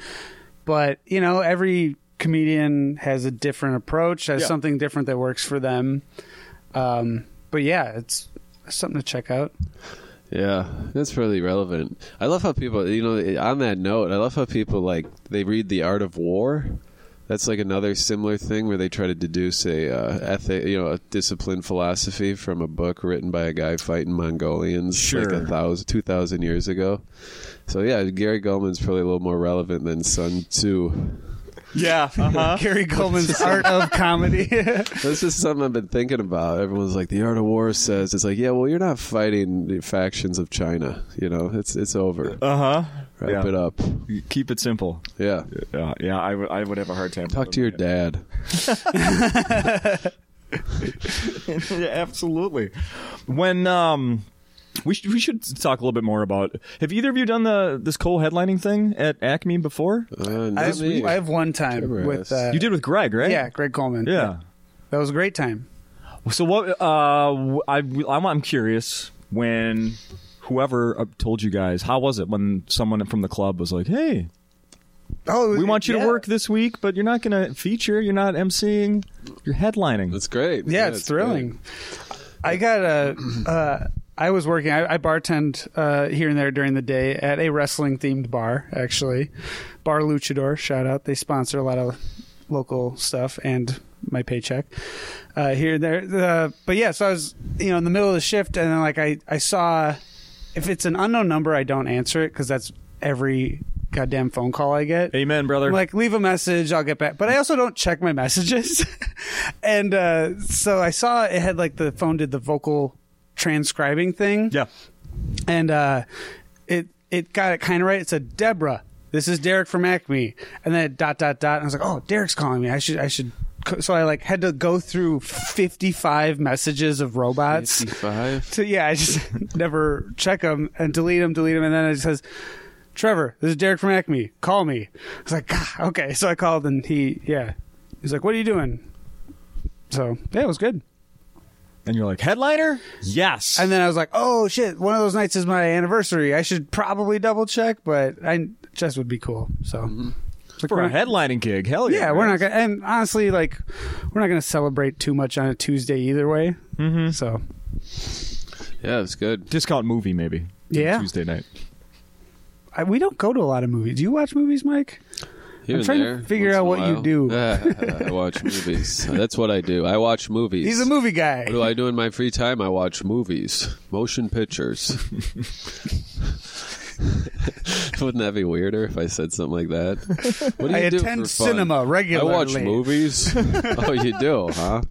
B: But you know, every comedian has a different approach, has
A: Yeah.
B: something different that works for them. Um, but yeah, it's something to check out. *laughs*
C: Yeah, that's pretty relevant. I love how people, you know, on that note, I love how people like they read The Art of War. That's like another similar thing where they try to deduce a uh, ethic, you know, a discipline philosophy from a book written by a guy fighting Mongolians like
A: Sure.
C: a thousand, two thousand years ago. So yeah, Gary Goldman's probably a little more relevant than Sun Tzu.
A: yeah. Uh-huh.
B: Gary Gallman's art of *laughs* comedy.
C: That's just something I've been thinking about. Everyone's like, "The Art of War says." It's like, yeah, well, you're not fighting the factions of China. You know, it's it's over.
A: Uh huh.
C: Wrap it up.
A: Keep it simple.
C: Yeah.
A: Yeah, yeah. I would- I would have a hard time.
C: Talk to your dad.
A: *laughs* yeah, absolutely. When um We should we should talk a little bit more about. Have either of you done the this Cole headlining thing at Acme before?
C: Uh,
B: I
C: not
B: have,
C: me.
B: I have one time
C: Timber
B: with
C: ass.
B: uh,
A: You did with Greg, right?
B: yeah, Greg Coleman.
A: Yeah.
B: that was a great time.
A: So what? Uh, w- I I'm, I'm curious when whoever uh, told you guys how was it when someone from the club was like, "Hey,
B: Oh,
A: we want you
B: yeah.
A: to work this week, but you're not going to feature. You're not emceeing. You're headlining."
C: That's great.
B: Yeah, it's, thrilling. I got a. Uh, I was working. I, I bartend uh, here and there during the day at a wrestling themed bar. Actually, Bar Luchador. Shout out. They sponsor a lot of local stuff and my paycheck uh, here and there. Uh, but yeah, so I was you know in the middle of the shift, and then like I I saw if it's an unknown number, I don't answer it because that's every goddamn phone call I get.
A: Amen, brother.
B: I'm like, leave a message, I'll get back. But I also don't check my messages. *laughs* and uh, so I saw it had like the phone did the vocal transcribing thing.
A: yeah.
B: And uh, it it got it kind of right. It said, Deborah, this is Derek from Acme. And then it dot, dot, dot. And I was like, oh, Derek's calling me. I should, I should. co- So I like had to go through 55 messages of robots.
C: Fifty-five.
B: So yeah, I just *laughs* never check them and delete them, delete them, and then it says, "Trevor, this is Derek from Acme. Call me." I was like, "Ah, "Okay." So I called, and he, yeah, he's like, "What are you doing?" So yeah, it was good.
A: And you're like, "Headliner? Yes."
B: And then I was like, "Oh shit, one of those nights is my anniversary. I should probably double check, but I just would be cool." So. It's like,
A: Mm-hmm. for
B: we're
A: a
B: not-
A: headlining gig, hell yeah!
B: yeah, we're not gonna, and honestly, like, we're not gonna celebrate too much on a Tuesday either way. Mm-hmm. So,
C: Yeah, it's good.
A: discount movie maybe.
B: Yeah.
A: Tuesday night.
B: I, we don't go to a lot of movies. Do you watch movies, Mike? I'm
C: Here and
B: trying to
C: there,
B: figure
C: once
B: out
C: in a
B: what you do.
C: while. Yeah, *laughs* I
B: *laughs*
C: watch movies. That's what I do. I watch movies.
B: He's a movie guy.
C: What do I do in my free time? I watch movies, motion
B: *laughs*
C: pictures. *laughs* Wouldn't that be weirder if I said something like that? What do
B: I
C: you do
B: attend
C: for fun?
B: cinema
C: I watch
B: regularly. *laughs*
C: movies. oh, you do, huh?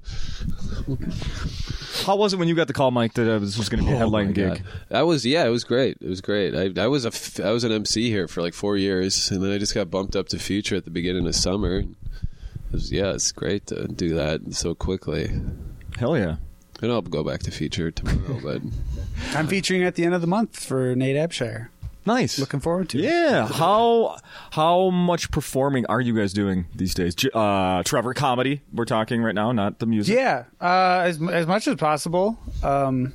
A: How was it when you got the call, Mike, that uh, this was going to be a headline
C: Oh my
A: gig?
C: God. That was yeah, it was great. It was great. I, I was a f- I was an MC here for like four years, and then I just got bumped up to feature at the beginning of summer. It was, yeah, it's great to do that so quickly.
A: Hell yeah!
C: And I'll go back to feature
A: *laughs*
C: tomorrow, but
B: I'm featuring at the end of the month for Nate Abshire.
A: Nice.
B: Looking forward to it.
A: Yeah. How how much performing are you guys doing these days? J- Uh, Trevor, comedy. We're talking right now, not the music.
B: Yeah, uh, as as much as possible. Um,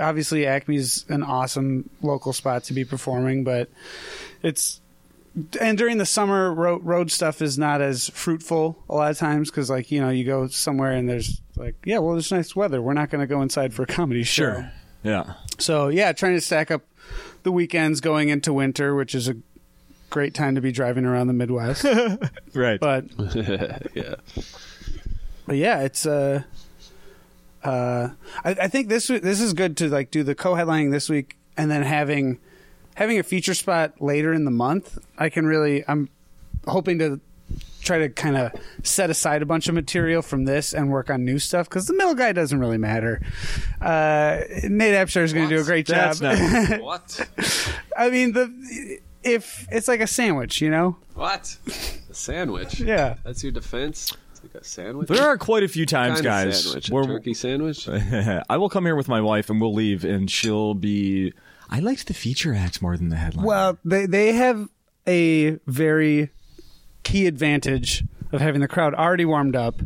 B: obviously, Acme's an awesome local spot to be performing, but it's and during the summer road, road stuff is not as fruitful a lot of times because like you know you go somewhere and there's like yeah well there's nice weather we're not going to go inside for a comedy show
A: Sure. Yeah.
B: So yeah, trying to stack up the weekends going into winter, which is a great time to be driving around the Midwest.
A: Right. *laughs*
B: but
C: yeah.
B: but yeah, it's uh uh I, I think this this is good to like do the co-headlining this week and then having having a feature spot later in the month. I can really I'm hoping to try to kind of set aside a bunch of material from this and work on new stuff because the middle guy doesn't really matter. Uh, Nate Abshire is going to do a great job.
A: That's not.
C: What?
B: *laughs* I mean, the if it's like a sandwich, you know.
C: What? A sandwich?
B: Yeah.
C: That's your defense. It's like a sandwich.
A: There are quite a few times,
C: Kind of
A: guys,
C: sandwich. A
A: where
C: turkey
A: *laughs*
C: sandwich.
A: I will come here with my wife and we'll leave, and she'll be. I liked the feature acts more than the headline.
B: Well, they they have a very key advantage of having the crowd already warmed up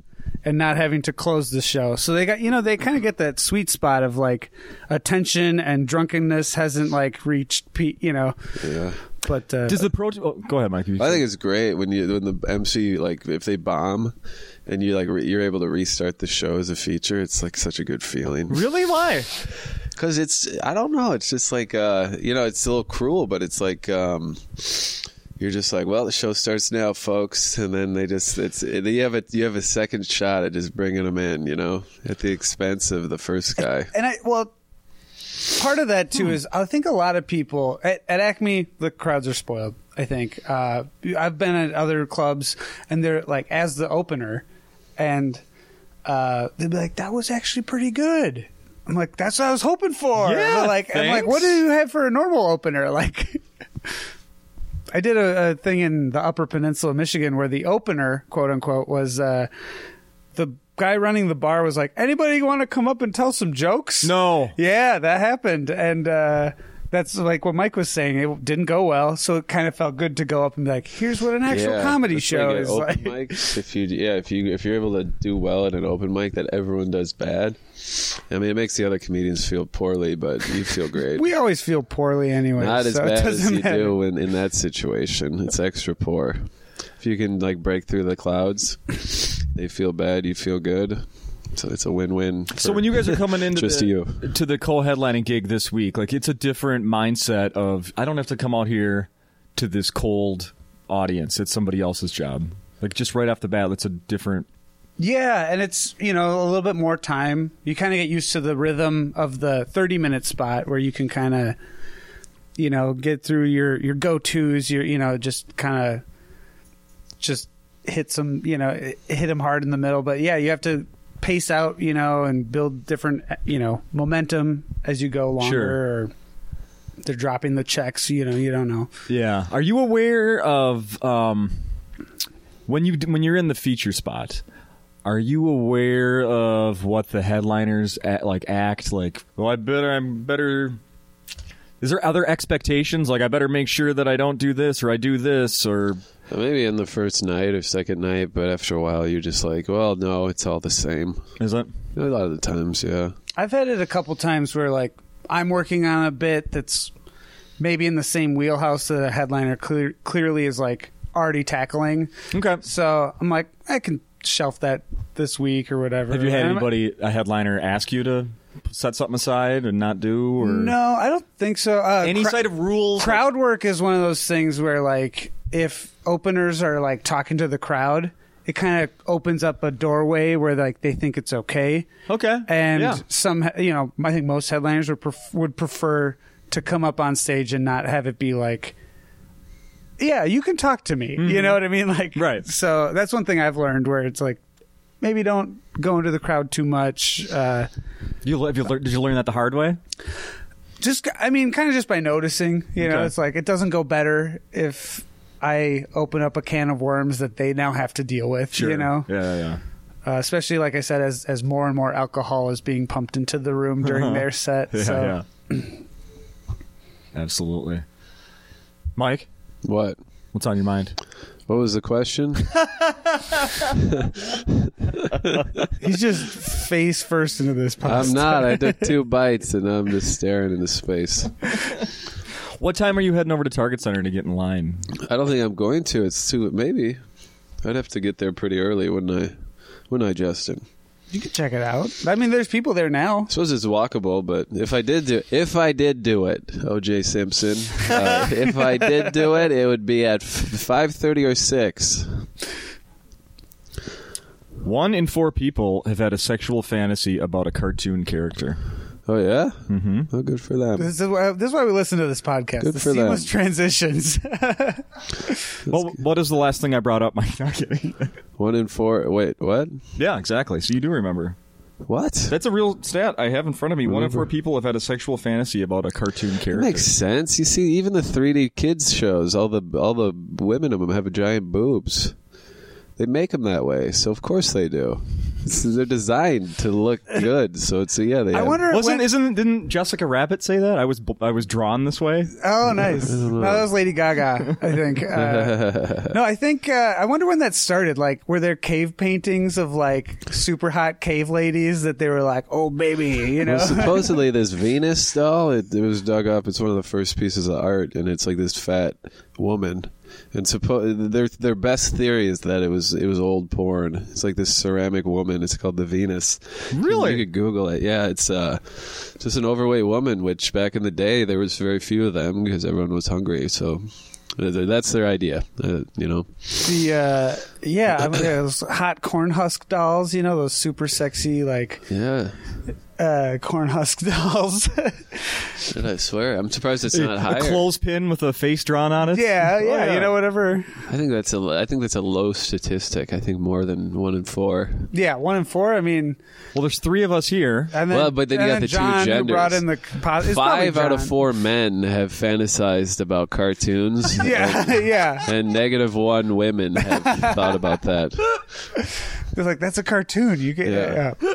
B: and not having to close the show. So they got you know they kind of get that sweet spot of like attention and drunkenness hasn't like reached pe- you know.
C: Yeah.
B: But uh,
A: does the pro? Oh, go ahead, Mike.
C: I think it's great when you when the MC like if they bomb, and you like re- you're able to restart the show as a feature. It's like such a good feeling
A: really why?
C: because it's I don't know. It's just like uh you know it's a little cruel, but it's like um you're just like well the show starts now, folks, and then they just it's and you have a you have a second shot at just bringing them in, you know, at the expense of the first guy.
B: *laughs* and I well, part of that
A: Hmm.
B: too is I think a lot of people at, at Acme the crowds are spoiled. I think uh, I've been at other clubs and they're like as the opener, and uh, they'd be like, "That was actually pretty good." I'm like, "That's what I was hoping for."
A: Yeah,
B: And I'm like I'm like,
A: thanks.
B: "What do you have for a normal opener?" *laughs* Like. I did a, a thing in the Upper Peninsula, Michigan, where the opener, quote unquote, was uh, the guy running the bar was like, "Anybody want to come up and tell some jokes?"
A: No.
B: Yeah, that happened, and uh, that's like what Mike was saying. It didn't go well, so it kind of felt good to go up and be like, "Here's what an actual
C: Yeah,
B: comedy
C: that's
B: show
C: like at
B: is
C: open
B: like."
C: mics, if you yeah, if you if you're able to do well at an open mic that everyone does bad, I mean it makes the other comedians feel poorly, but you feel great.
B: We always feel poorly anyway,
C: Not as
B: so it
C: bad as
B: doesn't
C: you
B: matter.
C: do in, in that situation. It's extra poor. If you can like break through the clouds, they feel bad, you feel good. So it's a win-win.
A: So
C: for-
A: when you guys are coming into
C: Just
A: the,
C: you.
A: to the co-headlining gig this week, like it's a different mindset of I don't have to come out here to this cold audience. It's somebody else's job. Like just right off the bat, that's a different.
B: Yeah, and it's you know a little bit more time. You kind of get used to the rhythm of the thirty minute spot where you can kind of you know get through your your go tos. Your you know just kind of just hit some you know hit them hard in the middle. But yeah, you have to pace out you know and build different you know momentum as you go longer.
A: Sure.
B: Or they're dropping the checks. You know you don't know.
A: Yeah. Are you aware of um, when you when you're in the feature spot? Are you aware of what the headliners at, like act like? Well, I better I'm better. Is there other expectations? Like I better make sure that I don't do this or I do this or
C: maybe in the first night or second night, but after a while you're just like, well, no, it's all the same.
A: is that?
C: A lot of the times, yeah.
B: I've had it a couple times where like I'm working on a bit that's maybe in the same wheelhouse that a headliner clear, clearly is like already tackling.
A: Okay.
B: So I'm like, I can shelf that this week or whatever.
A: Have you had
B: And I'm-
A: anybody, a headliner, ask you to set something aside and not do, or
B: No, I don't think so. Uh,
A: Any
B: cra-
A: side of rules?
B: crowd work is one of those things where like if openers are like talking to the crowd, it kind of opens up a doorway where like they think it's okay.
A: okay,
B: and
A: yeah.
B: some you know i think most headliners would, pref- would prefer to come up on stage and not have it be like yeah you can talk to me you know what i mean *laughs* like
A: Mm-hmm. Right.
B: so that's one thing i've learned where it's like maybe don't go into the crowd too much uh
A: You, have you lear- did you learn that the hard way?
B: just i mean kind of just by noticing you know
A: Okay.
B: it's like it doesn't go better if i open up a can of worms that they now have to deal with you know
A: yeah, yeah, yeah.
B: uh, especially like i said as as more and more alcohol is being pumped into the room during their set
A: Uh-huh. *laughs* yeah,
B: so
A: yeah. absolutely. Mike,
C: What?
A: what's on your mind?
C: What was the question?
B: He's just face first into this pasta.
C: I'm not. I took two bites and I'm just staring into space.
A: What time are you heading over to Target Center to get in line?
C: I don't think I'm going to. It's too maybe. I'd have to get there pretty early, wouldn't I? Wouldn't I, Justin?
B: You can check it out. I mean, there's people there now.
C: I suppose it's walkable, but if I did do if I did do it, OJ Simpson, uh, if I did do it, it would be at five thirty or six.
A: One in four people have had a sexual fantasy about a cartoon character.
C: Oh yeah, mm-hmm. oh good for them.
B: This is why, this is why we listen to this podcast.
C: Good
B: the
C: for them.
B: seamless transitions. *laughs*
A: Well, what is the last thing I brought up, Mike? *laughs* Not kidding.
C: One in four. Wait, what?
A: yeah, exactly. So you do remember.
C: What?
A: That's a real stat I have in front of me. One in four people have had a sexual fantasy about a cartoon character.
C: That makes sense. You see, even the 3D kids shows, all the all the women of them have giant boobs. They make them that way, so of course they do. *laughs* It's, they're designed to look good, so it's yeah. They
B: I
C: have-
B: wonder.
A: Wasn't
B: when-
A: isn't didn't Jessica Rabbit say that? I was bu- I was drawn this way.
B: oh, nice.
C: *laughs*
B: No, that was Lady Gaga. I think. Uh, no, I think. Uh, I wonder when that started. Like, were there cave paintings of like super hot cave ladies that they were like, "Oh, baby," you
C: *laughs*
B: know?
C: Well, supposedly this Venus doll, it, it was dug up. It's one of the first pieces of art, and it's like this fat woman. And suppo- their their best theory is that it was it was old porn. It's like this ceramic woman. It's called the Venus.
A: Really?
C: you could Google it. Yeah, it's uh, just an overweight woman. Which back in the day there was very few of them because everyone was hungry. So uh, that's their idea. Uh, you know,
B: the uh, yeah, I mean, those hot corn husk dolls. You know, those super sexy like
C: yeah.
B: uh, corn husk *laughs* dolls.
C: Did I swear? I'm surprised *laughs* it's not
A: a
C: higher.
A: clothespin with a face drawn on it.
B: yeah,
A: Oh,
B: yeah, you know, whatever.
C: I think that's a I think that's a low statistic. I think more than one in four.
B: Yeah, one and four. I mean,
A: Well, there's three of us here.
B: and then,
C: Well, but then you
B: and
C: got
B: then
C: the two
B: John, who
C: genders.
B: brought in the po- it's probably
C: Five out of
B: John.
C: four men have fantasized about cartoons.
B: *laughs* *laughs* Yeah, yeah. *laughs*
C: And, and negative one women have thought about that.
B: They're like, that's a cartoon. You get
C: Yeah.
B: yeah.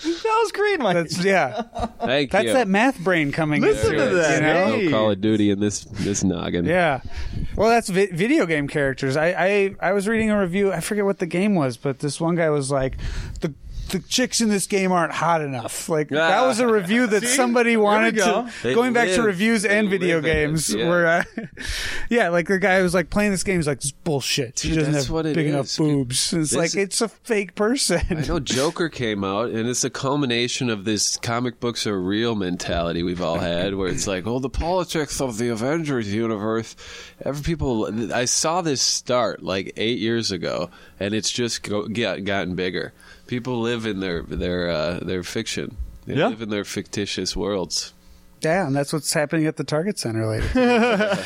A: That was great, Mike.
B: That's yeah.
C: Thank
B: That's
C: you.
B: that math brain coming.
A: Listen
B: into
A: to
B: it,
A: that,
B: You know?
A: eh?
C: No Call of Duty in this this noggin.
B: Yeah. Well, that's vi- video game characters. I, I I was reading a review. I forget what the game was, but this one guy was like, the the chicks in this game aren't hot enough. Like that was a review that somebody wanted
A: we go.
B: to.
C: They
B: going back to
C: live-
B: reviews
C: they
B: and video
C: live in it,
B: games,
C: yeah.
B: where uh, *laughs* yeah, like the guy was like playing this game. He's like, this is bullshit. She
C: Dude,
B: doesn't
C: that's
B: have
C: what it
B: big
C: is.
B: enough boobs. And it's
C: This-
B: like it's a fake *laughs*
C: I
B: person.
C: know Joker came out, and it's a culmination of this comic books are real mentality we've all had, where it's like, oh, the politics of the Avengers universe. Every people, I saw this start like eight years ago, and it's just go, get, gotten bigger. People live in their their uh, their fiction. They
A: Yeah.
C: live in their fictitious worlds.
B: Yeah, and that's what's happening at the Target Center later.
C: *laughs*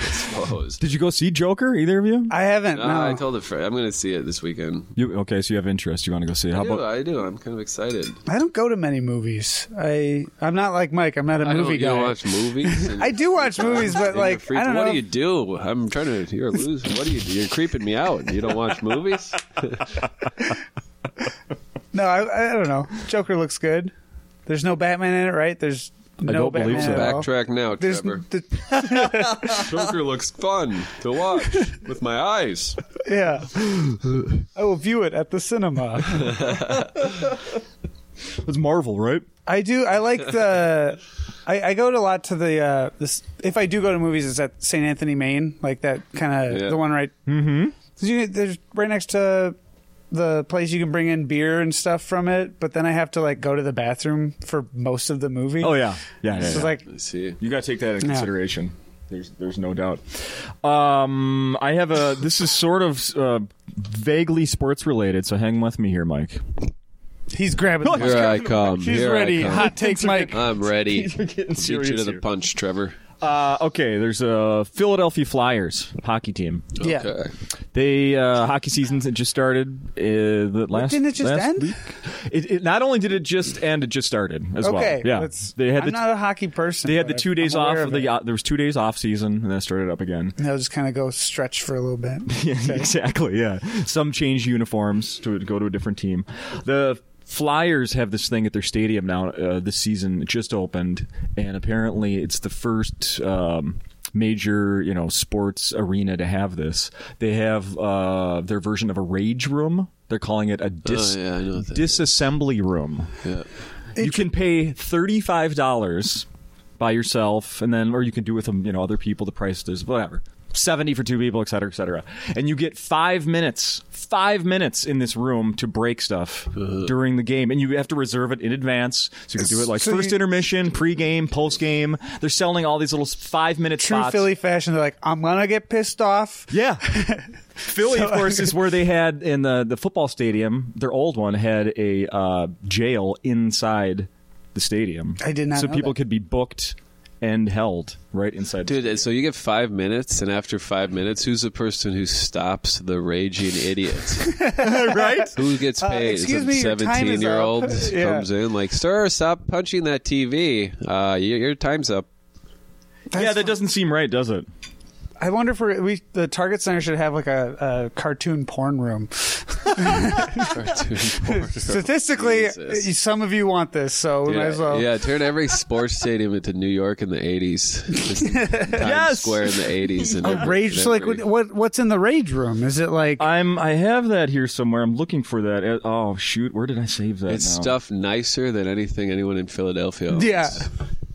C: Supposed.
A: Did you go see Joker? Either of you?
B: I haven't.
C: No,
B: no.
C: I told a friend I'm going to see it this weekend.
A: You okay? So you have interest. You want to go see? it. How
C: I do,
A: about
C: I do. I'm kind of excited.
B: I don't go to many movies. I I'm not like Mike. I'm not a
C: I don't,
B: movie
C: Oh, you don't
B: guy.
C: watch
B: *laughs*
C: movies. and-
B: I
A: *laughs*
B: do watch movies, but
C: And you're
B: like
C: freak-
B: I don't
C: what
B: know.
C: do you do? I'm trying to. You're a loser. What do you? do? You're creeping me out. You don't watch
B: *laughs*
C: movies.
B: no, I, I don't know. Joker looks good. There's no Batman in it, right? There's no
A: don't
B: Batman
A: believe so.
B: at all.
C: Backtrack now,
B: There's
C: Trevor.
B: the-
C: Joker looks fun to watch with my eyes.
B: yeah. I will view it at the cinema.
C: uh,
A: it's Marvel, right?
B: I do. I like the. I, I go to a lot to the. Uh, this if I do go to movies, it's at St. Anthony, Maine, like that kind of
C: Yeah.
B: the one right. Mm-hmm. You, there's right next to the place you can bring in beer and stuff from it, but then I have to like go to the bathroom for most of the movie.
A: Oh yeah, yeah. yeah,
B: This
A: yeah.
B: is like
C: Let's see.
A: You got to take that into
B: Yeah.
A: consideration. There's, there's no doubt. Um, I have a. This is sort of uh, vaguely sports related, so hang with me here, Mike.
B: he's grabbing. the
C: Here I come.
B: She's
C: Here I
B: ready.
C: come.
B: Hot takes, Mike.
C: I'm
B: *laughs*
C: ready.
A: We're getting
C: Beat you
A: serious
C: to the
A: here.
C: punch, Trevor.
A: Uh, okay, there's a Philadelphia Flyers hockey team.
B: Yeah.
C: Okay.
A: They uh, hockey season's it just started uh, the last.
B: didn't it just
A: last
B: end?
A: Week. It, it not only did it just end, it just started as well.
B: Okay.
A: yeah,
B: that's-
A: they had
B: I'm
A: the
B: not a hockey person.
A: they had
B: but
A: the two
B: I'm
A: days
B: aware
A: off. Of the
B: it.
A: uh, there was two days off season, and then it started up again.
B: And They'll just kind of go stretch for a little bit.
A: *laughs* Yeah, exactly. Yeah, some change uniforms to go to a different team. The Flyers have this thing at their stadium now. Uh, this season it just opened, and apparently it's the first um, major, you know, sports arena to have this. They have uh, their version of a rage room. They're calling it a dis-
C: Oh, yeah, I know what that
A: disassembly room.
C: Yeah.
A: You can pay thirty five dollars by yourself, and then or you can do with them, you know, other people. The price is whatever. 70 for two people, et cetera, et cetera. And you get five minutes, five minutes in this room to break stuff during the game. And you have to reserve it in advance. So you can do it like
B: So
A: first
B: you-
A: intermission, pregame, postgame. They're selling all these little five minute
B: True
A: spots.
B: Philly fashion. They're like, I'm gonna get pissed off.
A: Yeah. *laughs* Philly, of course, is where they had in the, the football stadium, their old one had a uh, jail inside the stadium.
B: I did not
A: So
B: know
A: people
B: that.
A: could be booked and held right inside. the
C: Dude, so you get five minutes, and after five minutes, who's the person who stops the raging
B: *laughs*
C: idiot?
A: *laughs* right?
C: Who gets paid?
B: Uh, excuse me, your time is
C: year old
B: up. *laughs* Yeah.
C: comes in like, sir, stop punching that TV. Uh, your, your time's up.
A: yeah, that doesn't seem right, does it?
B: I wonder if we're, we the Target Center should have like a, a cartoon porn *laughs* room.
C: *laughs*
B: Statistically,
C: Jesus.
B: some of you want this, so we might as well.
C: yeah, turn every sports stadium into New York in the eighties. *laughs*
A: Yes.
C: Times Square in the eighties. And
B: A
C: every-
B: rage. So
C: and
B: like,
C: every-
B: what, what what's in the rage room? Is it like?
A: I'm. I have that here somewhere. I'm looking for that. Uh, Oh shoot, where did I save that?
C: it's
A: now?
C: stuff nicer than anything anyone in Philadelphia. Owns. *laughs*
B: yeah.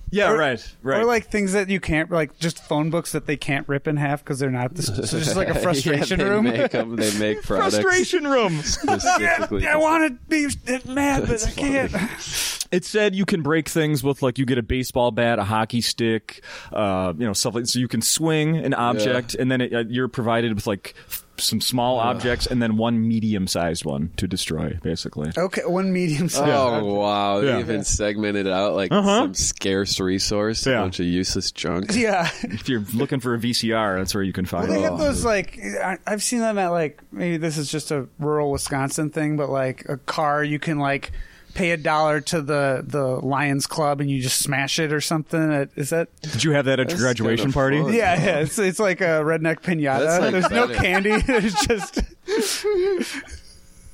A: Yeah,
B: Or-
A: right, right.
B: Or like things that you can't like, just phone books that they can't rip in half because they're not. This, so just *laughs* like a frustration
C: yeah, they
B: room.
C: Make 'em- they make
B: *laughs*
C: products
A: frustration *laughs* room.
C: specifically.
B: I want to be mad, but I can't.
A: It said you can break things with like you get a baseball bat, a hockey stick, uh, you know, stuff like so you can swing an object, and then it, uh, you're provided with like f- some small objects and then one medium-sized one to destroy, basically.
B: Okay, one medium size.
C: Oh wow! They
A: Yeah.
C: even segmented out like
B: Uh-huh.
C: some scarce resource,
A: Yeah.
C: a bunch of
B: *laughs*
C: useless junk.
B: Yeah.
A: If you're looking for a VCR, that's where you can find
B: They
A: it.
B: have
C: Oh.
B: those like I- I've seen them at like maybe this is just a rural Wisconsin thing, but like a car you can like pay a dollar to the the Lions Club and you just smash it or something. It- Is that?
A: Did you have that at your
C: That's
A: graduation
C: kinda
A: party?
C: fun.
B: Yeah, yeah. It's it's like a redneck pinata.
C: That's like
B: There's no
C: better.
B: candy. *laughs* There's just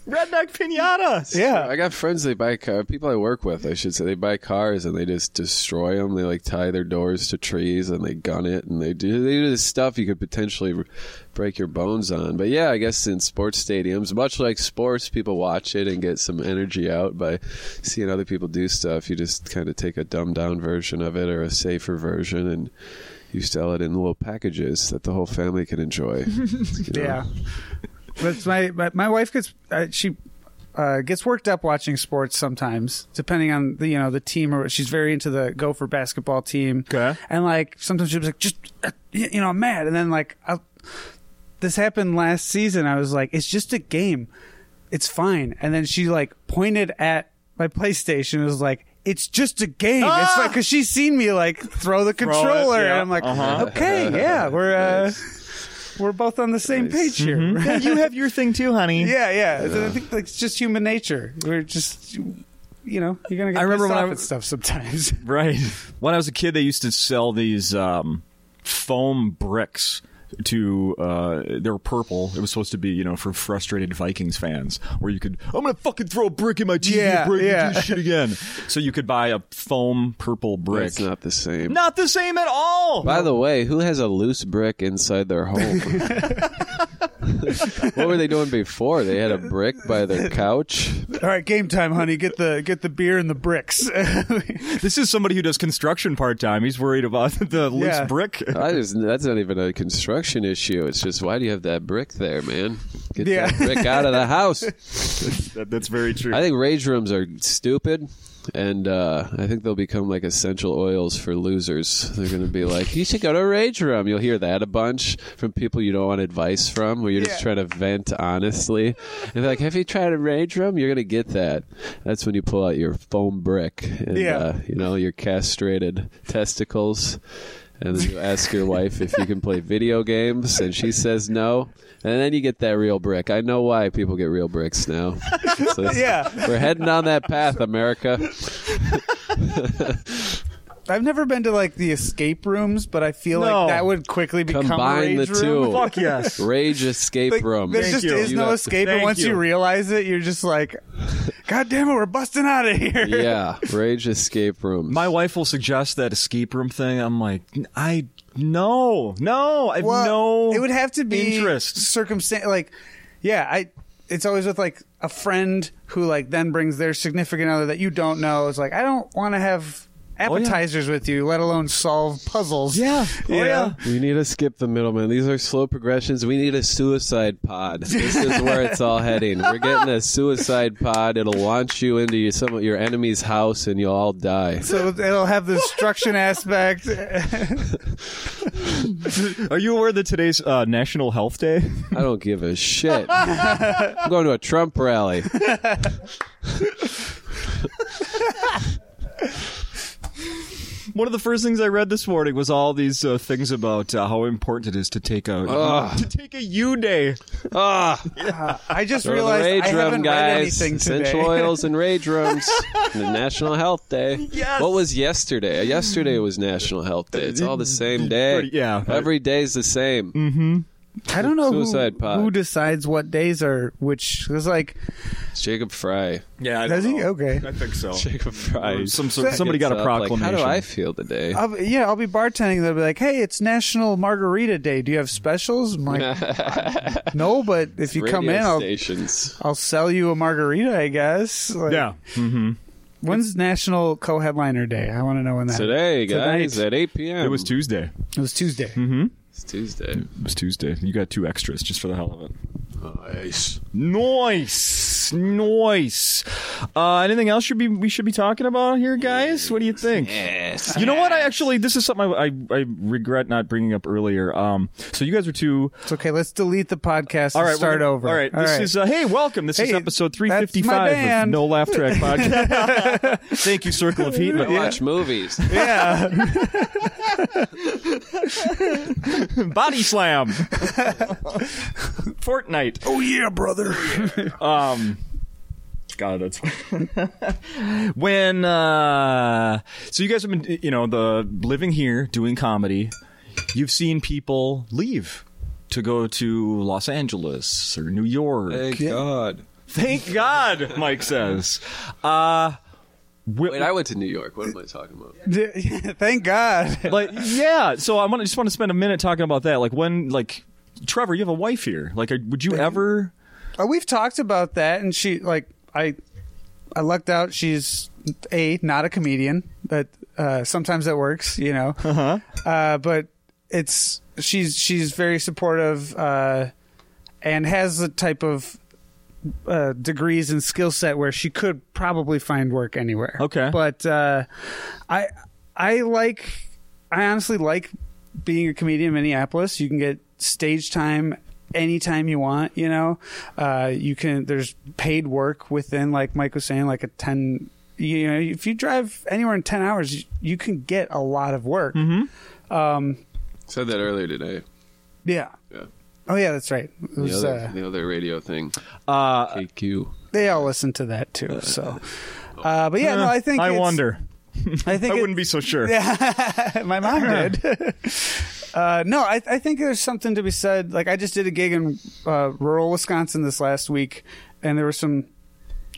A: Redneck pinatas.
B: yeah.
C: I got friends. They buy car. People I work with, I should say, they buy cars and they just destroy them. They like tie their doors to trees and they gun it and they do they do this stuff you could potentially r- break your bones on. But yeah, I guess in sports stadiums, much like sports, people watch it and get some energy out by seeing other people do stuff. You just kind of take a dumbed down version of it or a safer version and. You sell it in little packages that the whole family can enjoy. you
B: Yeah.
C: know?
B: But my, my my wife gets uh, she uh, gets worked up watching sports sometimes, depending on the you know the team or she's very into the Gopher basketball team.
A: Okay.
B: And like sometimes she'll be like, just uh, y- you know, I'm mad, and then like I'll, this happened last season. I was like, it's just a game, it's fine. And then she like pointed at my PlayStation. and was like. It's just a game. It's like because she's seen me like throw
A: Ah!
B: the
A: it,
B: controller,
A: yeah.
B: and I'm like,
A: Uh-huh.
B: okay, yeah,
A: *laughs*
B: we're uh, we're both on the same page here.
A: Yeah, you have your thing too, honey.
B: *laughs* Yeah, Mm-hmm. yeah. I think like, it's just human nature. We're just, you know, you're gonna get
A: I remember
B: pissed
A: when I
B: off at
A: was-
B: stuff sometimes. *laughs*
A: Right. *laughs* When I was a kid, they used to sell these um, foam bricks to uh they were purple it was supposed to be you know for frustrated vikings fans where you could i'm gonna fucking throw a brick in my tv
B: Yeah,
A: and break
B: yeah.
A: and do shit
B: *laughs*
A: again so you could buy a foam purple brick
C: It's not the same.
A: Not the same at all
C: By the way, who has a loose brick inside their home? what were they doing before? They had a brick by their couch.
B: All right, game time, honey. Get the get the beer and the bricks. *laughs*
A: this is somebody who does construction part-time he's worried about *laughs* the loose
B: Yeah.
A: brick
C: *laughs* I just, that's not even a construction issue. It's just why do you have that brick there, man? Get
B: Yeah.
C: that brick out of the house.
A: *laughs* That- that's very true
C: I think rage rooms are stupid. And uh, I think they'll become like essential oils for losers. They're going to be like, you should go to a rage room. You'll hear that a bunch from people you don't want advice from, where you're just
B: Yeah.
C: trying to vent honestly. And they're like, have you tried a rage room? You're going to get that. That's when you pull out your foam brick and,
B: Yeah.
C: uh, you know, your castrated testicles. And then you ask your wife if you can play video games, and she says no. And then you get that real brick. I know why people get real bricks now. So
B: *laughs*
C: it's-
B: Yeah.
C: we're heading on that path, America.
B: I've never been to like the escape rooms, but I feel
A: No.
B: like that would quickly *laughs* become
C: Combine
B: a
C: the
B: rage
C: two.
B: room.
A: Fuck yes.
C: Rage escape
B: Like,
C: room.
B: there
A: Thank
B: just
A: you.
B: is
A: You
B: no
C: have-
B: escape, and
A: Thank
B: once you.
A: you.
B: realize it, you're just like, "God damn it, we're busting out of here!"
C: yeah, rage escape room.
A: My wife will suggest that escape room thing. I'm like, I no, no, I have
B: Well,
A: no.
B: it would have to be
A: interest.
B: circumstance like yeah i it's always with like a friend who like then brings their significant other that you don't know it's like i don't want to have
A: yeah.
B: appetizers with you let alone solve puzzles
A: Yeah. Oh,
B: You know?
A: yeah.
C: We need to skip the middleman. These are slow progressions. We need a suicide pod. This is where it's all heading. We're getting a suicide pod. It'll launch you into your, some your enemy's house, and you'll all die.
B: so it'll have the *laughs* destruction aspect
A: Are you aware that today's uh, National Health Day? *laughs*
C: I don't give a shit. I'm going to a Trump rally.
A: One of the first things I read this morning was all these uh, things about uh, how important it is to take a
C: Ugh.
A: to take a U day.
C: Ah,
B: i just
C: go to the
B: realized
C: rage
B: i haven't
C: room, guys.
B: read anything today
C: Essential oils and
B: *laughs*
C: rage rooms. the National Health Day.
A: Yes.
C: What was yesterday? Yesterday was National Health Day. It's all the same day.
A: Pretty- yeah.
C: Every day's the same.
B: Mm. i don't know
C: Suicide
B: who,
C: pod.
B: who decides what days are which is like
C: It's Jacob Fry.
A: Yeah, I
B: Does he? Okay.
A: I think so.
C: Jacob Fry.
A: Some, some- somebody got a
C: Gets up,
A: proclamation.
C: Like, how do I feel today?
B: I'll, be- yeah, I'll be bartending. They'll be like, "Hey, it's National Margarita Day. Do you have specials?" I'm
A: *laughs*
B: like, "No, but if you
C: Radio
B: come in, I'll,
C: stations.
B: I'll sell you a margarita, I guess." Like,
A: yeah,
B: When's National Co-Headliner Day? I want to know when that.
C: Today, guys,
B: Tonight.
C: at 8 p.m.
A: it was Tuesday.
B: It was Tuesday.
A: Mm-hmm.
C: It's Tuesday.
A: It was Tuesday. You got two extras just for the hell of it.
C: Nice.
A: Nice, nice. Uh, anything else should be we should be talking about here, guys? What do you think?
C: Yes.
A: You know what? I actually this is something I, I, I regret not bringing up earlier. Um, so you guys were two.
B: It's okay. Let's delete the podcast
A: All
B: and
A: right,
B: start
A: we're gonna-
B: over.
A: All right, this is uh, hey, welcome. This is
B: Hey,
A: episode
B: that's my
A: three fifty five of
B: band.
A: No Laugh *laughs* Track Podcast. Thank you, Circle of Heat.
C: Watch movies.
B: yeah.
A: Body *laughs* Slam, Fortnite.
B: oh yeah, brother.
A: Um, God, that's *laughs* when. Uh, so you guys have been, you know, the living here doing comedy. You've seen people leave to go to Los Angeles or New York.
C: Thank God.
A: Thank God, Mike says. Uh, wi-
C: Wait, I went to New York. What am I talking about?
B: *laughs* Thank God.
A: but yeah, so I want to just want to spend a minute talking about that. Like when, like Trevor, you have a wife here. Like, are- would you ever?
B: Uh, We've talked about that, and she like I, I lucked out. She's a not a comedian. That uh, sometimes that works, you know. Uh-huh. But it's she's she's very supportive, uh, and has the type of uh, degrees and skill set where she could probably find work anywhere.
A: Okay.
B: but uh, I I like I honestly like being a comedian in Minneapolis. You can get stage time anytime you want. You know, uh, you can there's paid work within like Mike was saying, like a ten. You know, if you drive anywhere in ten hours, you, you can get a lot of work.
C: Said that earlier today.
B: Yeah.
C: Yeah.
B: Oh yeah, that's right. It
C: The
B: was,
C: other,
B: uh,
C: the other radio thing.
A: Uh,
C: KQ.
B: they all listen to that too. So, uh, but yeah, no, I think
A: I
B: it's-
A: wonder.
B: I think
A: I
B: it-
A: wouldn't be so sure.
B: *laughs* Yeah, my mom did. *laughs* uh, no, I, I think there's something to be said. Like I just did a gig in uh, rural Wisconsin this last week, and there was some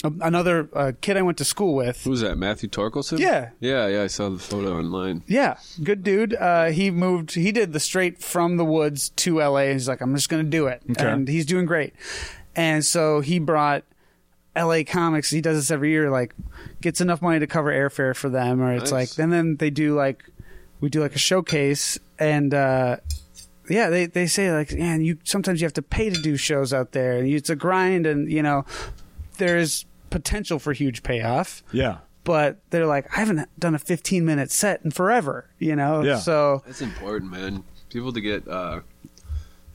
B: a- another uh, kid I went to school with.
C: Who was that? Matthew Torkelson?
B: Yeah.
C: Yeah, yeah. I saw the photo online.
B: Yeah, good dude. Uh, he moved. He did the straight from the woods to LA. And he's like, I'm just gonna do it,
A: Okay.
B: and he's doing great. And so he brought LA Comics. He does this every year. Like, gets enough money to cover airfare for them, or it's
C: Nice.
B: like, and then they do like, we do like a showcase, and uh, yeah, they they say like, man, you sometimes you have to pay to do shows out there, and it's a grind, and you know, there is potential for huge payoff
A: Yeah.
B: but they're like, I haven't done a 15 minute set in forever, you know?
A: Yeah.
B: So,
C: That's important, man. People to get uh,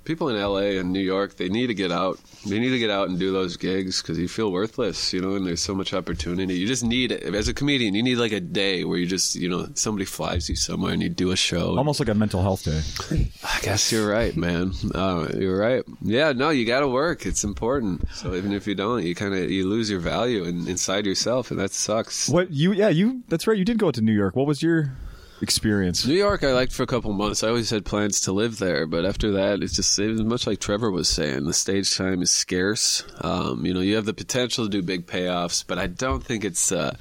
C: people in LA and New York, they need to get out. They need to get out and do those gigs because you feel worthless, you know. And there's so much opportunity. You just need, as a comedian, you need like a day where you just, you know, somebody flies you somewhere and you do a show.
A: Almost like a mental health day.
C: I guess you're right, man. Uh, you're right. Yeah, no, you got to work. It's important. So even if you don't, you kind of you lose your value in, inside yourself, and that sucks.
A: What you? Yeah, you. That's right. You did go to New York. What was your experience?
C: New York, I liked for a couple months. I always had plans to live there, but after that, it's just it was much like Trevor was saying. The stage time is scarce. Um, you know, you have the potential to do big payoffs, but I don't think it's. Uh,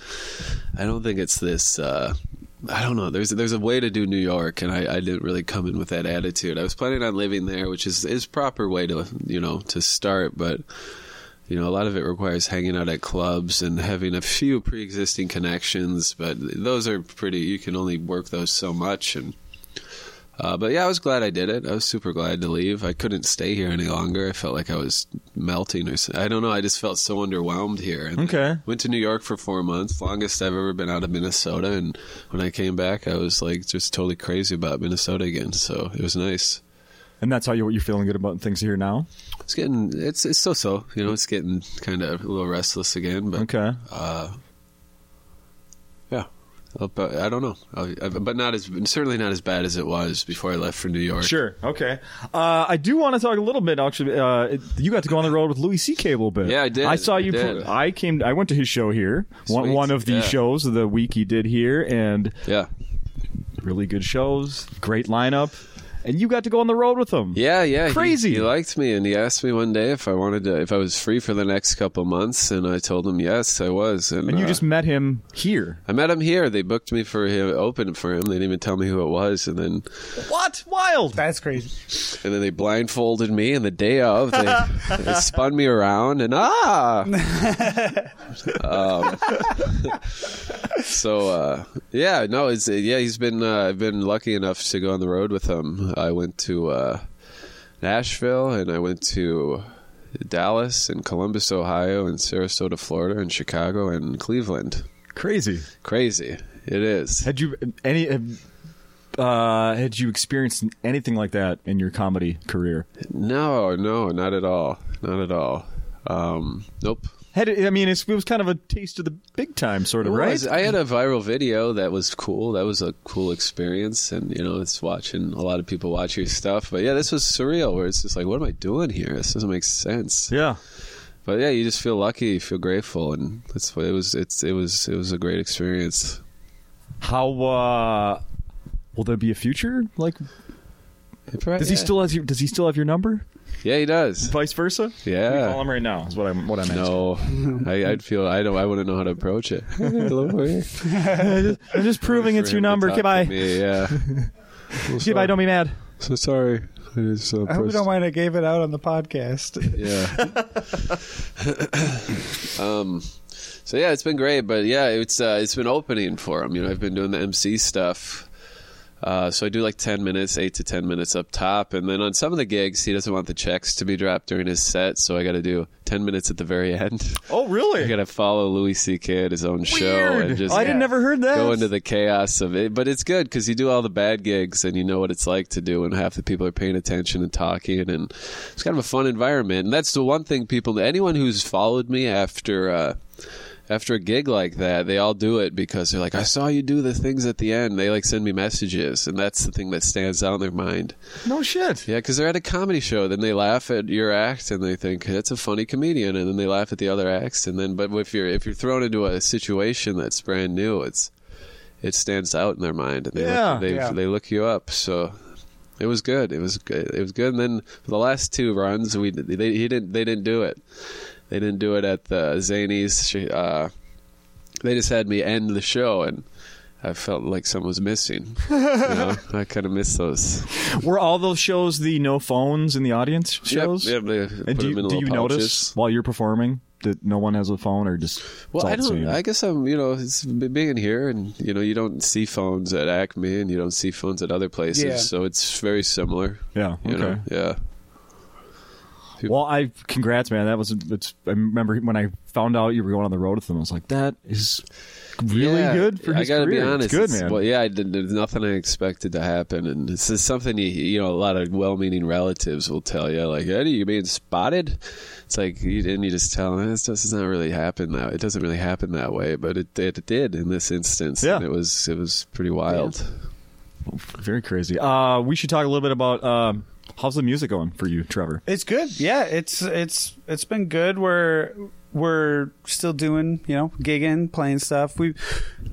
C: I don't think it's this. Uh, I don't know. There's there's a way to do New York, and I, I didn't really come in with that attitude. I was planning on living there, which is is proper way to you know to start, but you know, a lot of it requires hanging out at clubs and having a few pre existing connections, but those are pretty, you can only work those so much. And, uh, but yeah, I was glad I did it. I was super glad to leave. I couldn't stay here any longer. I felt like I was melting or so- I don't know. I just felt so underwhelmed here. And
A: Okay.
C: Went to New York for four months, longest I've ever been out of Minnesota. And when I came back, I was like just totally crazy about Minnesota again. So it was nice.
A: And that's how you. You're feeling good about things here now.
C: It's getting, it's, it's so so, you know, it's getting kind of a little restless again, but.
A: Okay.
C: Yeah. Uh, But I don't know, I, I- but not as certainly not as bad as it was before I left for New York.
A: Sure. Okay. Uh, I do want to talk a little bit. Actually, uh, it- you got to go on the road with Louis C.K. a little bit.
C: Yeah, I did.
A: I saw
C: I
A: you.
C: did.
A: pl- I came. I went to his show here. One,
C: Sweet.
A: one of the
C: Yeah.
A: shows of the week he did here, and
C: Yeah,
A: really good shows. Great lineup. And you got to go on the road with him.
C: yeah, yeah. He-
A: Crazy.
C: He, liked me, and he asked me one day if I wanted to, if I was free for the next couple months, and I told him yes, I was. And,
A: And you
C: uh,
A: just met him here.
C: I met him here. They booked me for him, opened for him. They didn't even tell me who it was, and then
A: What? Wild.
B: that's crazy.
C: and then they blindfolded me. And the day of, they, they spun me around, and ah. um, so uh, yeah, no, it's yeah. He's been uh, I've been lucky enough to go on the road with him. I went to uh, Nashville, and I went to Dallas, and Columbus, Ohio, and Sarasota, Florida, and Chicago, and Cleveland.
A: Crazy.
C: Crazy, it is.
A: Had you any? Uh, had you experienced anything like that in your comedy career?
C: No, no, not at all, not at all. Um, nope.
A: Had it, I mean, it's, it was kind of a taste of the big time, sort of,
C: It
A: right?
C: was. I had a viral video that was cool. That was a cool experience, and you know, it's watching a lot of people watch your stuff. But yeah, this was surreal. Where it's just like, what am I doing here? This doesn't make sense.
A: yeah.
C: But yeah, you just feel lucky, you feel grateful, and that's what it was. It's it was it was a great experience.
A: How uh, will there be a future? Like, does he still has your, does he still have your number?
C: Yeah, he does.
A: Vice versa?
C: Yeah.
A: Let me call him right now. Is what I'm what I'm asking.
C: No, I, I'd feel I don't. I wouldn't know how to approach it. Hello, how are you?
A: *laughs* I'm just proving
C: For
A: it's your
C: him to
A: number.
C: talk to
A: Goodbye.
C: me,
A: *laughs*
C: Yeah. Well,
A: Goodbye.
C: sorry.
A: Don't be mad.
C: So sorry. I just, uh,
B: I hope you
C: pressed-
B: don't mind I gave it out on the podcast.
C: yeah. *laughs* um, so yeah, it's been great, but yeah, it's uh, it's been opening for him. You know, I've been doing the MC stuff. Uh, so I do like ten minutes, eight to ten minutes up top, and then on some of the gigs, he doesn't want the checks to be dropped during his set, so I got to do ten minutes at the very *laughs* end.
A: Oh,
C: I
A: really?
C: got to follow Louis C.K. at his own show and just
A: I didn't never heard that.
C: go into the chaos of it. But it's good because you do all the bad gigs and you know what it's like to do when half the people are paying attention and talking, and it's kind of a fun environment. And that's the one thing people, anyone who's followed me after. Uh, after a gig like that, they all do it because they're like, "I saw you do the things at the end." They like send me messages, and that's the thing that stands out in their mind.
A: no shit.
C: Yeah, because they're at a comedy show, then they laugh at your act and they think that's a funny comedian, and then they laugh at the other acts, and then but if you're if you're thrown into a situation that's brand new, it's it stands out in their mind, and they
A: Yeah,
C: look, they
B: yeah.
C: they look you up. So it was good. It was good. It was good. And then for the last two runs, we they he didn't they didn't do it. They didn't do it at the Zanies. She- Uh, they just had me end the show and. I felt like something was missing. You know? I kind of miss those.
A: Were all those shows the no phones in the audience shows?
C: Yep, yep, they
A: And
C: put
A: do you,
C: them in
A: do
C: little
A: you
C: pouches.
A: notice while you're performing that no one has a phone or just it's all
C: Well, I
A: the
C: don't.
A: same?
C: I guess I'm. You know, it's b- being here, and you know, you don't see phones at Acme, and you don't see phones at other places.
E: Yeah.
C: So it's very similar.
A: yeah.
C: You
A: okay.
C: know, yeah.
A: Well, I congrats, man. That was it's. I remember when I found out you were going on the road with them. I was like, that is really
C: Yeah,
A: good for
C: I
A: his
C: gotta
A: career.
C: be honest,
A: it's good,
C: it's-
A: man.
C: Well, yeah, I did, there's nothing I expected to happen, and this is something you, you know a lot of well-meaning relatives will tell you, like Eddie, you being spotted. It's like, you, and you just tell them this does not really happen that. It doesn't really happen that way, but it it did in this instance.
A: Yeah.
C: and it was it was pretty wild.
A: Very crazy. Uh, we should talk a little bit about um, how's the music going for you, Trevor.
B: *laughs* It's good. Yeah, it's it's it's been good. We're we're still doing, you know, gigging, playing stuff. We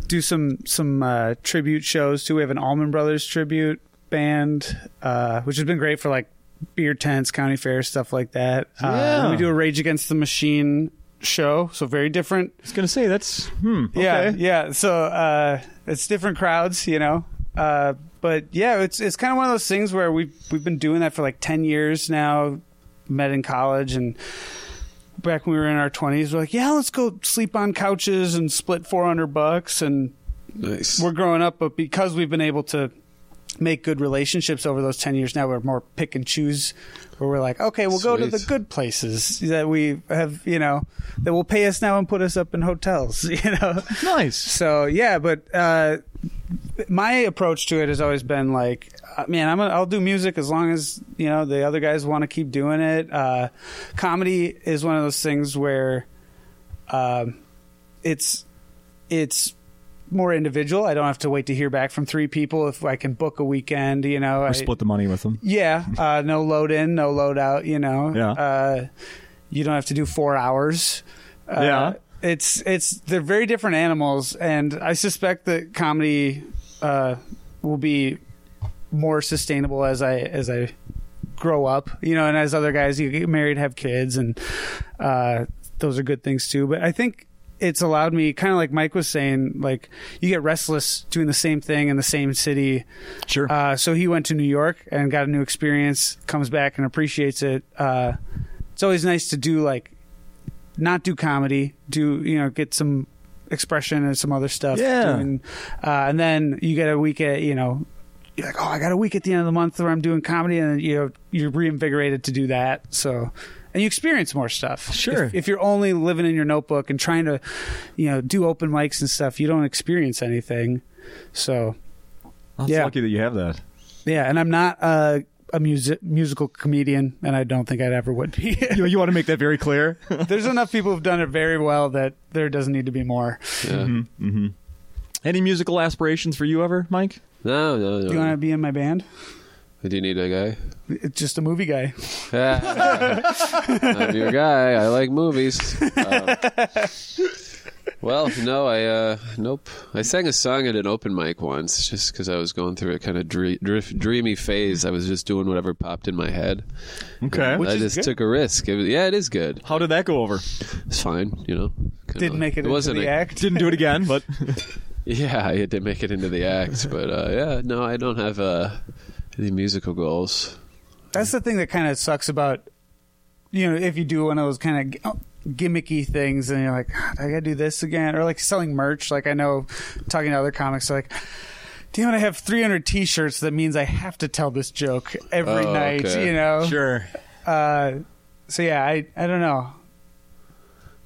B: do some some uh, tribute shows too. We have an Allman Brothers tribute band, uh, which has been great for like beer tents, county fairs, stuff like that.
A: Yeah.
B: Uh, we do a Rage Against the Machine show, so very different.
A: I was gonna say that's hmm.
B: Yeah,
A: okay.
B: yeah. So uh, it's different crowds, you know. Uh, but yeah, it's it's kind of one of those things where we've we've been doing that for like ten years now. Met in college and back when we were in our twenties, we're like, yeah, let's go sleep on couches and split four hundred bucks, and
C: Nice.
B: we're growing up. But because we've been able to make good relationships over those 10 years now we're more pick and choose where we're like okay we'll go to
C: Sweet.
B: the good places that we have you know that will pay us now and put us up in hotels *laughs* you know
A: Nice.
B: so yeah, but uh, my approach to it has always been like, uh, man, I'm gonna, I'll do music as long as you know the other guys want to keep doing it. Uh, comedy is one of those things where um, it's it's more individual. I don't have to wait to hear back from three people if I can book a weekend. You know,
A: Or
B: I-
A: split the money with them.
B: yeah, uh, no load in, no load out. You know,
A: Yeah.
B: uh, you don't have to do four hours. Uh,
A: Yeah.
B: it's it's they're very different animals, and I suspect that comedy uh, will be more sustainable as I as I grow up, you know, and as other guys you get married, have kids, and uh, those are good things too. But I think it's allowed me, kind of like Mike was saying, like you get restless doing the same thing in the same city.
A: Sure.
B: Uh, so he went to New York and got a new experience, comes back and appreciates it. Uh, it's always nice to do like not do comedy, do you know get some expression and some other stuff.
A: Yeah.
B: doing- uh, and then you get a week at you know. You're like, oh, I got a week at the end of the month where I'm doing comedy, and you know you're reinvigorated to do that. So, and you experience more stuff.
A: Sure.
B: If, if you're only living in your notebook and trying to, you know, do open mics and stuff, you don't experience anything. So,
A: Well, it's
B: yeah.
A: lucky that you have that.
B: yeah, and I'm not a, a music musical comedian, and I don't think I'd ever would be. *laughs*
A: You, you want to make that very clear. *laughs*
B: There's enough people who've done it very well that there doesn't need to be more.
C: Yeah.
A: Any musical aspirations for you ever, Mike?
C: No, no, no.
B: Do you want to be in my band?
C: Do you need a guy?
B: it's just a movie guy.
C: *laughs* I'm your guy. I like movies. Um, well, no, I uh, nope. I sang a song at an open mic once, just because I was going through a kind of dre- drif- dreamy phase. I was just doing whatever popped in my head.
A: Okay.
C: I just took a risk. It was, yeah, it is good.
A: How did that go over?
C: It's fine, you know. Kinda
B: Didn't
C: like-
B: make it, into
C: wasn't
B: the
C: a-
B: act.
A: Didn't do it again,
B: *laughs*
A: but
C: *laughs* Yeah, it did make it into the act, but uh, yeah, no, I don't have uh, any musical goals.
B: That's the thing that kind of sucks about, you know, if you do one of those kind of gimmicky things and you're like, "God, I gotta do this again, or like selling merch. Like I know, talking to other comics, they're like. Damn it! I have 300 T-shirts. That means I have to tell this joke every
C: Oh,
B: night.
C: okay.
B: You know.
A: sure.
B: Uh, so yeah, I I don't know.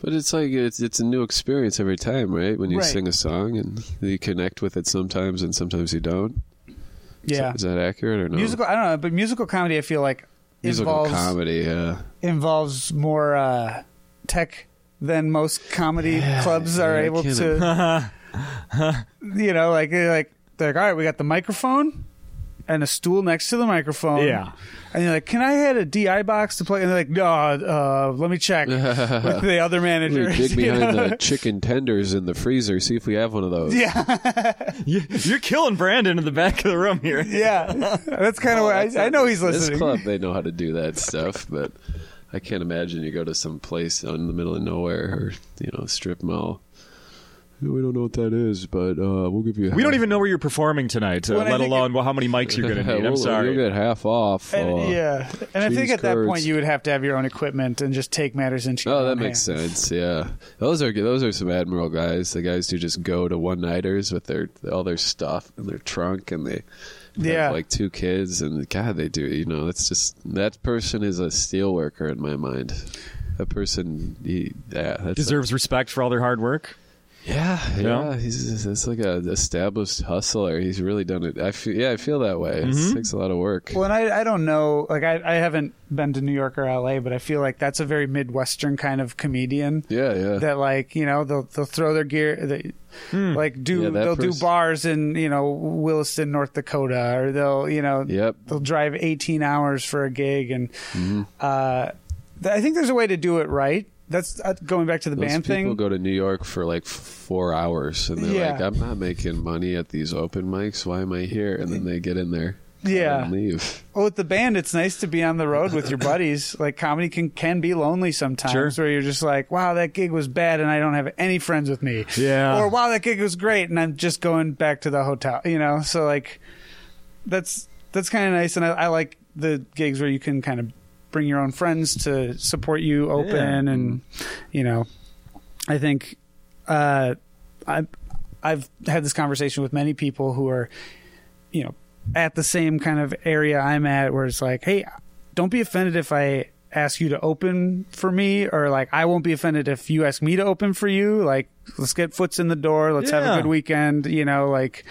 C: But it's like it's it's a new experience every time, right? When you
B: Right.
C: sing a song and you connect with it sometimes, and sometimes you don't. Is
B: Yeah,
C: that- is that accurate or no?
B: musical. I don't know, but musical comedy. I feel like
C: Musical
B: involves
C: comedy.
B: *laughs*
C: Yeah,
B: involves more uh, tech than most comedy clubs are
C: yeah, I
B: able
C: can't
B: to. *laughs* you know, like they're like they're like, all right, we got the microphone and a stool next to the microphone.
A: Yeah.
B: and you're like, can I add a DI box to play? And they're like, no, uh, let me
C: *laughs*
B: check with the other
C: we
B: manager. *laughs*
C: dig
B: You know?
C: behind *laughs* the chicken tenders in the freezer, see if we have one of those.
B: Yeah,
A: You- You're killing Brandon in the back of the room here.
B: yeah, that's kind of what I, I know. He's
C: Oh, This
B: listening.
C: club,
B: *laughs*
C: they know how to do that stuff, but I can't imagine you go to some place out in the middle of nowhere or you know strip mall. We don't know what that is, but uh, we'll give you.
A: We don't even know where you're performing tonight, uh,
B: When I
A: let
B: think
A: alone well, how many mics
C: *laughs*
A: you're going to
B: *laughs*
A: need. I'm
C: We'll-
A: sorry.
C: You'll get half off.
B: And,
C: uh,
B: yeah, and I think
C: cheese
B: at that point
C: curds.
B: you would have to have your own equipment and just take matters into your
C: Oh, that
B: own
C: makes
B: hands.
C: sense. Yeah, those are those are some admiral guys. The guys who just go to one nighters with their all their stuff in their trunk, and they
B: Yeah.
C: have like two kids. And God, they do. You know, that's just that person is a steel worker in my mind. That person, he, yeah, that's
A: Deserves respect for all their hard work.
C: yeah,
A: know?
C: yeah. He's that's like a established hustler. He's really done it. I feel, yeah, I feel that way. It takes a lot of work.
B: Mm-hmm. Well, and I, I don't know, like I, I haven't been to New York or LA, but I feel like that's a very Midwestern kind of comedian.
C: yeah, yeah.
B: That like you know they'll they'll throw their gear, they, like do
C: Yeah, that
B: they'll do
C: pers-
B: bars in you know Williston, North Dakota, or they'll you know
C: Yep. Mm-hmm.
B: they'll drive 18 hours for a gig, and uh, th- I think there's a way to do it right. That's uh, going back to the
C: Those
B: band
C: people
B: thing.
C: go to New York for like f- four hours, and they're
B: Yeah.
C: like, "I'm not making money at these open mics. Why am I here?" And then they get in there,
B: Yeah. *laughs*
C: and leave.
B: Well, Oh, with the band, it's nice to be on the road with
A: *laughs*
B: your buddies. Like comedy can can be lonely sometimes,
A: Sure.
B: where you're just like, "Wow, that gig was bad, and I don't have any friends with me."
A: Yeah.
B: Or "Wow, that gig was great, and I'm just going back to the hotel." You know, so like, that's that's kind of nice, and I, I like the gigs where you can kind of bring your own friends to support you open,
A: Yeah.
B: and you know, I think uh, I I've had this conversation with many people who are, you know, at the same kind of area I'm at, where it's like, hey, don't be offended if I ask you to open for me, or like I won't be offended if you ask me to open for you. Like, let's get foots in the door. Let's have
A: Yeah.
B: a good weekend. You know, like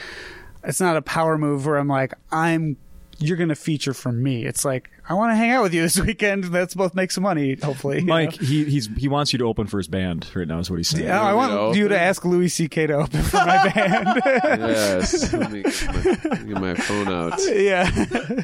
B: it's not a power move where I'm like I'm. You're gonna feature for me. It's like I want to hang out with you this weekend. Let's both make some money, hopefully. you
A: Mike, he he's he wants you to open for his band right now. Is what he's saying.
B: yeah, I
C: You
B: want
C: know?
B: you to ask Louis C.K. to open
A: *laughs*
B: for my band.
C: yes, let me get my, let me get my
B: *laughs*
C: phone out.
B: yeah.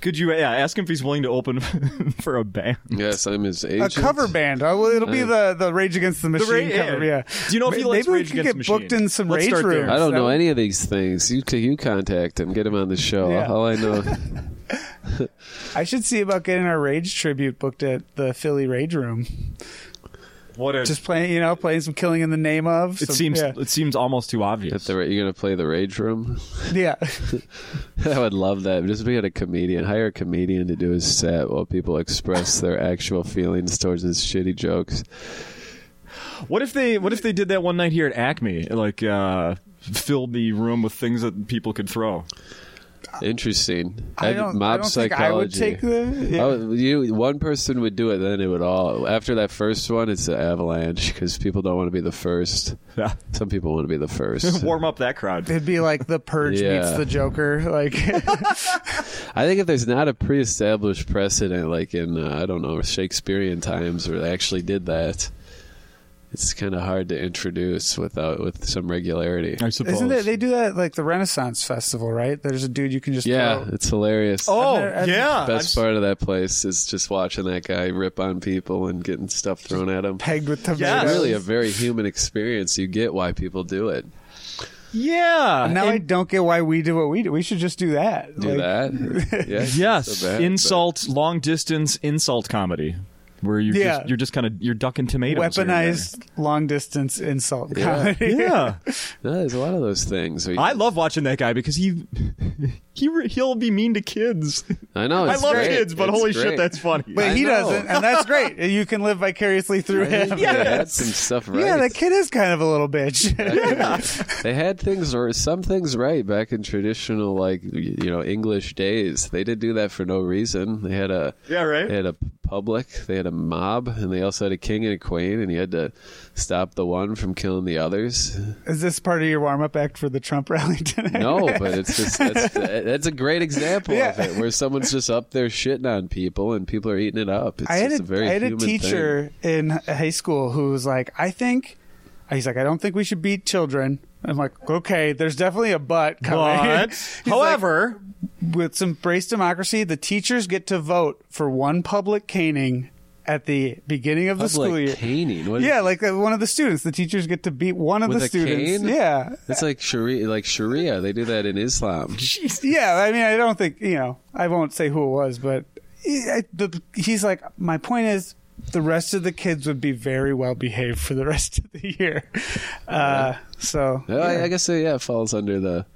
A: Could you yeah ask him if he's willing to open *laughs* for a band?
C: Yes, I'm his
B: A
C: agent. Uh,
B: cover band. Oh, well, it'll be the, the Rage Against the Machine
A: Ra-
B: cover.
A: yeah.
B: Yeah.
A: Do you know if he
B: Ma-
A: likes
B: Maybe
A: Rage
B: we could
A: Against
B: get
A: the
B: booked
A: Machine?
B: in some
A: Let's
B: rage
A: start there.
B: rooms.
C: I don't know
B: That-
C: any of these things. You c- you contact him, get him on the show.
B: Yeah. *laughs*
C: All I know,
B: I should see about getting our Rage tribute booked at the Philly Rage Room.
A: What a,
B: Just playing, you know, playing some Killing in the Name of.
A: it
B: some-
A: seems *laughs*
B: Yeah.
A: it seems almost too
C: at
A: obvious.
C: the ra- you're gonna play the rage room. *laughs*
B: yeah.
C: I would love that. Just be at a comedian. Hire a comedian to do his set while people express their actual feelings towards his shitty jokes.
A: What if they What if they did that one night here at Acme? Like uh, filled the room with things that people could throw. *laughs*
C: Interesting.
B: I
C: I'd-
B: don't,
C: mob
B: I don't think
C: psychology.
B: I would take the. Yeah.
C: Oh, you one person would do it, then it would all. After that first one, it's an avalanche because people don't want to be the first.
A: Yeah.
C: Some people want to be
B: *laughs*
C: the first.
A: Warm up that crowd.
B: It'd be like the Purge meets
C: Yeah.
B: the Joker.
C: *laughs*
B: Like,
C: I think if there's not a pre-established precedent, like in uh, I don't know Shakespearean times, where they actually did that, it's kind of hard to introduce without with some regularity.
A: I suppose.
B: *laughs* Isn't it? They do that at, like the Renaissance Festival, right? There's a dude you can just
C: Yeah,
B: throw-
C: it's hilarious.
A: oh,
B: I've never- I've-
A: yeah.
C: Best
A: I've-
C: part of that place is just watching that guy rip on people and getting stuff thrown at him.
B: pegged with tomatoes.
A: Yes.
C: It's really a very human experience. You get why people do it.
A: Yeah.
B: now I
A: And-
B: don't get why we do what we do. We should just do that.
C: Do
B: Like,
C: that? Yeah, it's not
A: yes.
C: so bad, but-
A: insult, long distance insult comedy. Where you're
B: Yeah.
A: just you're just kind of you're ducking tomatoes. here and there.
B: Weaponized long distance insult *laughs*
C: Yeah.
B: comedy.
A: Yeah.
C: No, there's a lot of those things. We-
A: I love watching that guy because he *laughs* he re- he'll be mean to kids.
C: I know.
A: I
C: it's
A: love
C: great.
A: kids, but
C: It's
A: holy shit,
C: great.
A: that's funny.
B: But
C: I
B: he
C: know.
B: doesn't, and that's
C: *laughs*
B: great. You can live vicariously
A: *laughs*
B: through him.
C: Yeah, they had some stuff right.
B: Yeah, that kid is kind of a little bitch.
C: they had things or some things right back in traditional like you know English days. They did do that for no reason. They had a
A: Yeah, right.
C: They had a public, they had a mob, and they also had a king and a queen, and you had to stop the one from killing the others.
B: *laughs* Is this part of your warm up act for the Trump rally tonight? *laughs*
C: No, but it's just that's, that's a great example of
B: Yeah.
C: it, where someone's just up there shitting on people, and people are eating it up. It's
B: I had
C: just
B: a,
C: a very
B: I had a
C: human thing.
B: teacher in high school who was like, I think, he's like, I don't think we should beat children. I'm like, okay, there's definitely a but coming.
A: But
B: *laughs* He's like,
A: however,
B: with some brace democracy, the teachers get to vote for one public caning at the beginning of the
C: Public
B: school year.
C: caning. What is-
B: Yeah, like uh, one of the students. The teachers get to beat one of
C: With
B: the
C: a
B: students.
C: cane?
B: Yeah.
C: It's like Sharia, like Sharia. They do that
B: *laughs*
C: in Islam.
B: Yeah, I mean, I don't think, you know, I won't say who it was, but he, I, the, he's like, my point is, the rest of the kids would be very well behaved for the *laughs* rest of the year. Uh, so
C: No, I, I guess uh, yeah, it falls under the.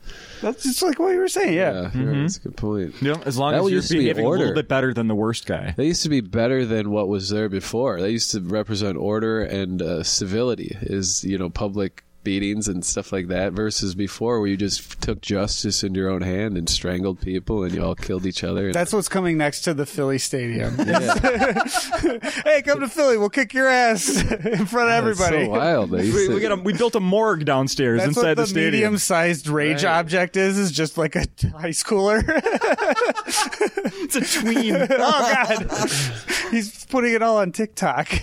B: that's just like what you were saying.
C: Yeah,
B: Yeah.
C: you're right, that's a good point.
A: you know, as long
C: That
A: as you're
C: used to be
A: behaving a little
C: order.
A: bit better than the worst guy.
C: They used to be better than what was there before. They used to represent order and uh, civility, is you know public beatings and stuff like that. Versus before, where you just took justice into your own hand and strangled people and you all killed each other. And,
B: That's what's coming next to the Philly Stadium.
C: Yeah.
B: *laughs* hey, come to Philly. We'll kick your ass *laughs* in front of
C: It's
B: everybody.
C: so
B: *laughs*
C: wild. They used
A: We,
C: to-
A: we, got a, we built a morgue downstairs
B: That's
A: inside
B: what the,
A: the stadium.
B: medium-sized rage
C: Right.
B: object is, is just like a *laughs* high schooler.
A: It's a *laughs* tween.
B: *laughs* oh,
C: *laughs*
B: God. He's putting it all on TikTok. *laughs*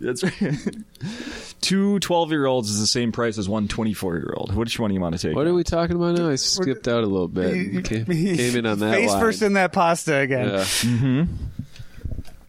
A: That's right. *laughs* Two 12 year olds is the same price as one 24 year old. Which one do you want to take?
C: What are we talking about now? I skipped out a little bit. and
B: *laughs*
C: Came, came in on that
B: Face
C: line.
B: first in that pasta again.
C: Yeah.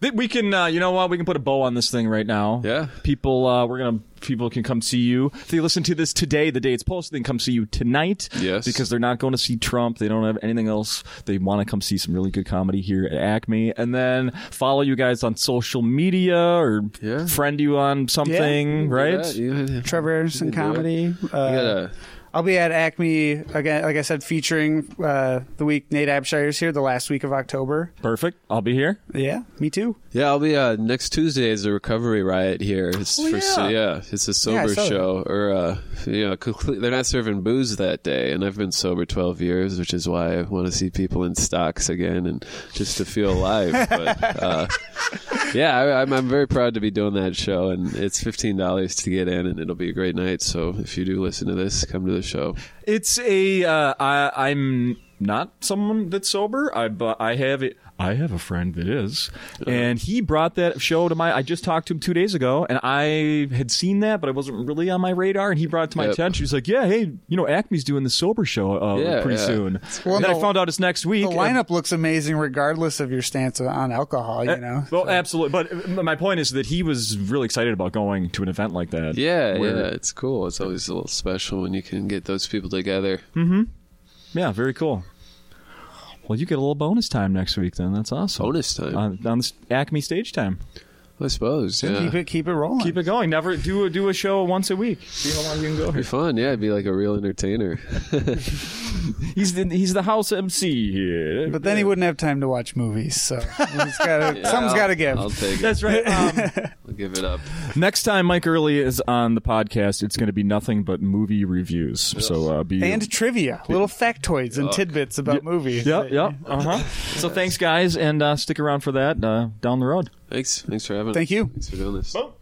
A: Th- We can, uh, you know what? We can put a bow on this thing right now.
C: Yeah.
A: People, uh, we're gonna. People can come see you. If they listen to this today, the day it's posted, they can come see you tonight.
C: Yes.
A: Because they're not going to see Trump. They don't have anything else. They want to come see some really good comedy here at Acme, and then follow you guys on social media or
C: Yeah.
A: friend you on something,
C: Yeah,
A: right?
C: you-
B: Trevor Anderson
C: You can do it.
B: comedy.
C: you
B: Uh,
C: gotta-
B: I'll be at Acme again, like I said, featuring uh, the week Nate Abshire's here, the last week of October.
A: Perfect. I'll be here.
B: Yeah, me too.
C: Yeah, I'll be uh, next Tuesday is the recovery riot here. It's
A: Oh,
C: for
A: yeah.
C: so- yeah, it's a
B: Yeah, I
C: sober
B: saw that.
C: show or uh you know, complete, they're not serving booze that day and I've been sober 12 years, which is why I want to see people in stocks again and just to
B: *laughs*
C: feel alive. but uh yeah, I, I'm, I'm very proud to be doing that show, and it's fifteen dollars to get in, and it'll be a great night. So if you do listen to this, come to the show.
A: It's a. Uh, I, I'm not someone that's sober. I but I have it. I have a friend that is,
C: Uh-huh.
A: and he brought that show to my. I just talked to him two days ago, and I had seen that, but I wasn't really on my radar. And he brought it to my
C: Yep.
A: attention. He's like, "Yeah, hey, you know, Acme's doing the sober show uh,
C: Yeah,
A: pretty
C: yeah.
A: soon."
B: Well,
A: and then I
B: the-
A: found out it's next week.
B: The lineup looks amazing, regardless of your stance on alcohol.
C: Eh,
B: You
A: And-
B: know,
A: well, absolutely. But uh, my point is that he was really excited about going to an event like that.
C: Yeah,
A: where-
C: yeah, it's cool. It's always a little special when you can get those people together.
B: Hmm.
A: Yeah, very cool. Well, you get a little bonus time next week, then. That's awesome.
C: Bonus time,
B: Uh,
A: on, on the Acme stage time.
C: I suppose. Yeah.
B: keep it keep it rolling.
A: Keep it going. Never do a, do a show once a week. See how long you can go.
C: It'd be fun, yeah. It'd be like a real entertainer.
A: He's the, he's the house MC here.
B: but then he wouldn't have time to watch movies,
C: *laughs*
B: so he's gotta, something's
C: I'll-
B: got to give.
C: I'll take it.
A: that's right. Um,
C: I'll give it up.
A: *laughs* next time Mike Early is on the podcast, it's going to be nothing but movie reviews. So uh, be
B: and trivia, little factoids and tidbits about movies.
A: Yep, yep. Uh huh. So thanks, guys, and uh, stick around for that uh, down the road.
C: Thanks. Thanks for having
B: Thank
C: us.
B: you.
C: Thanks for doing this.
A: Boom.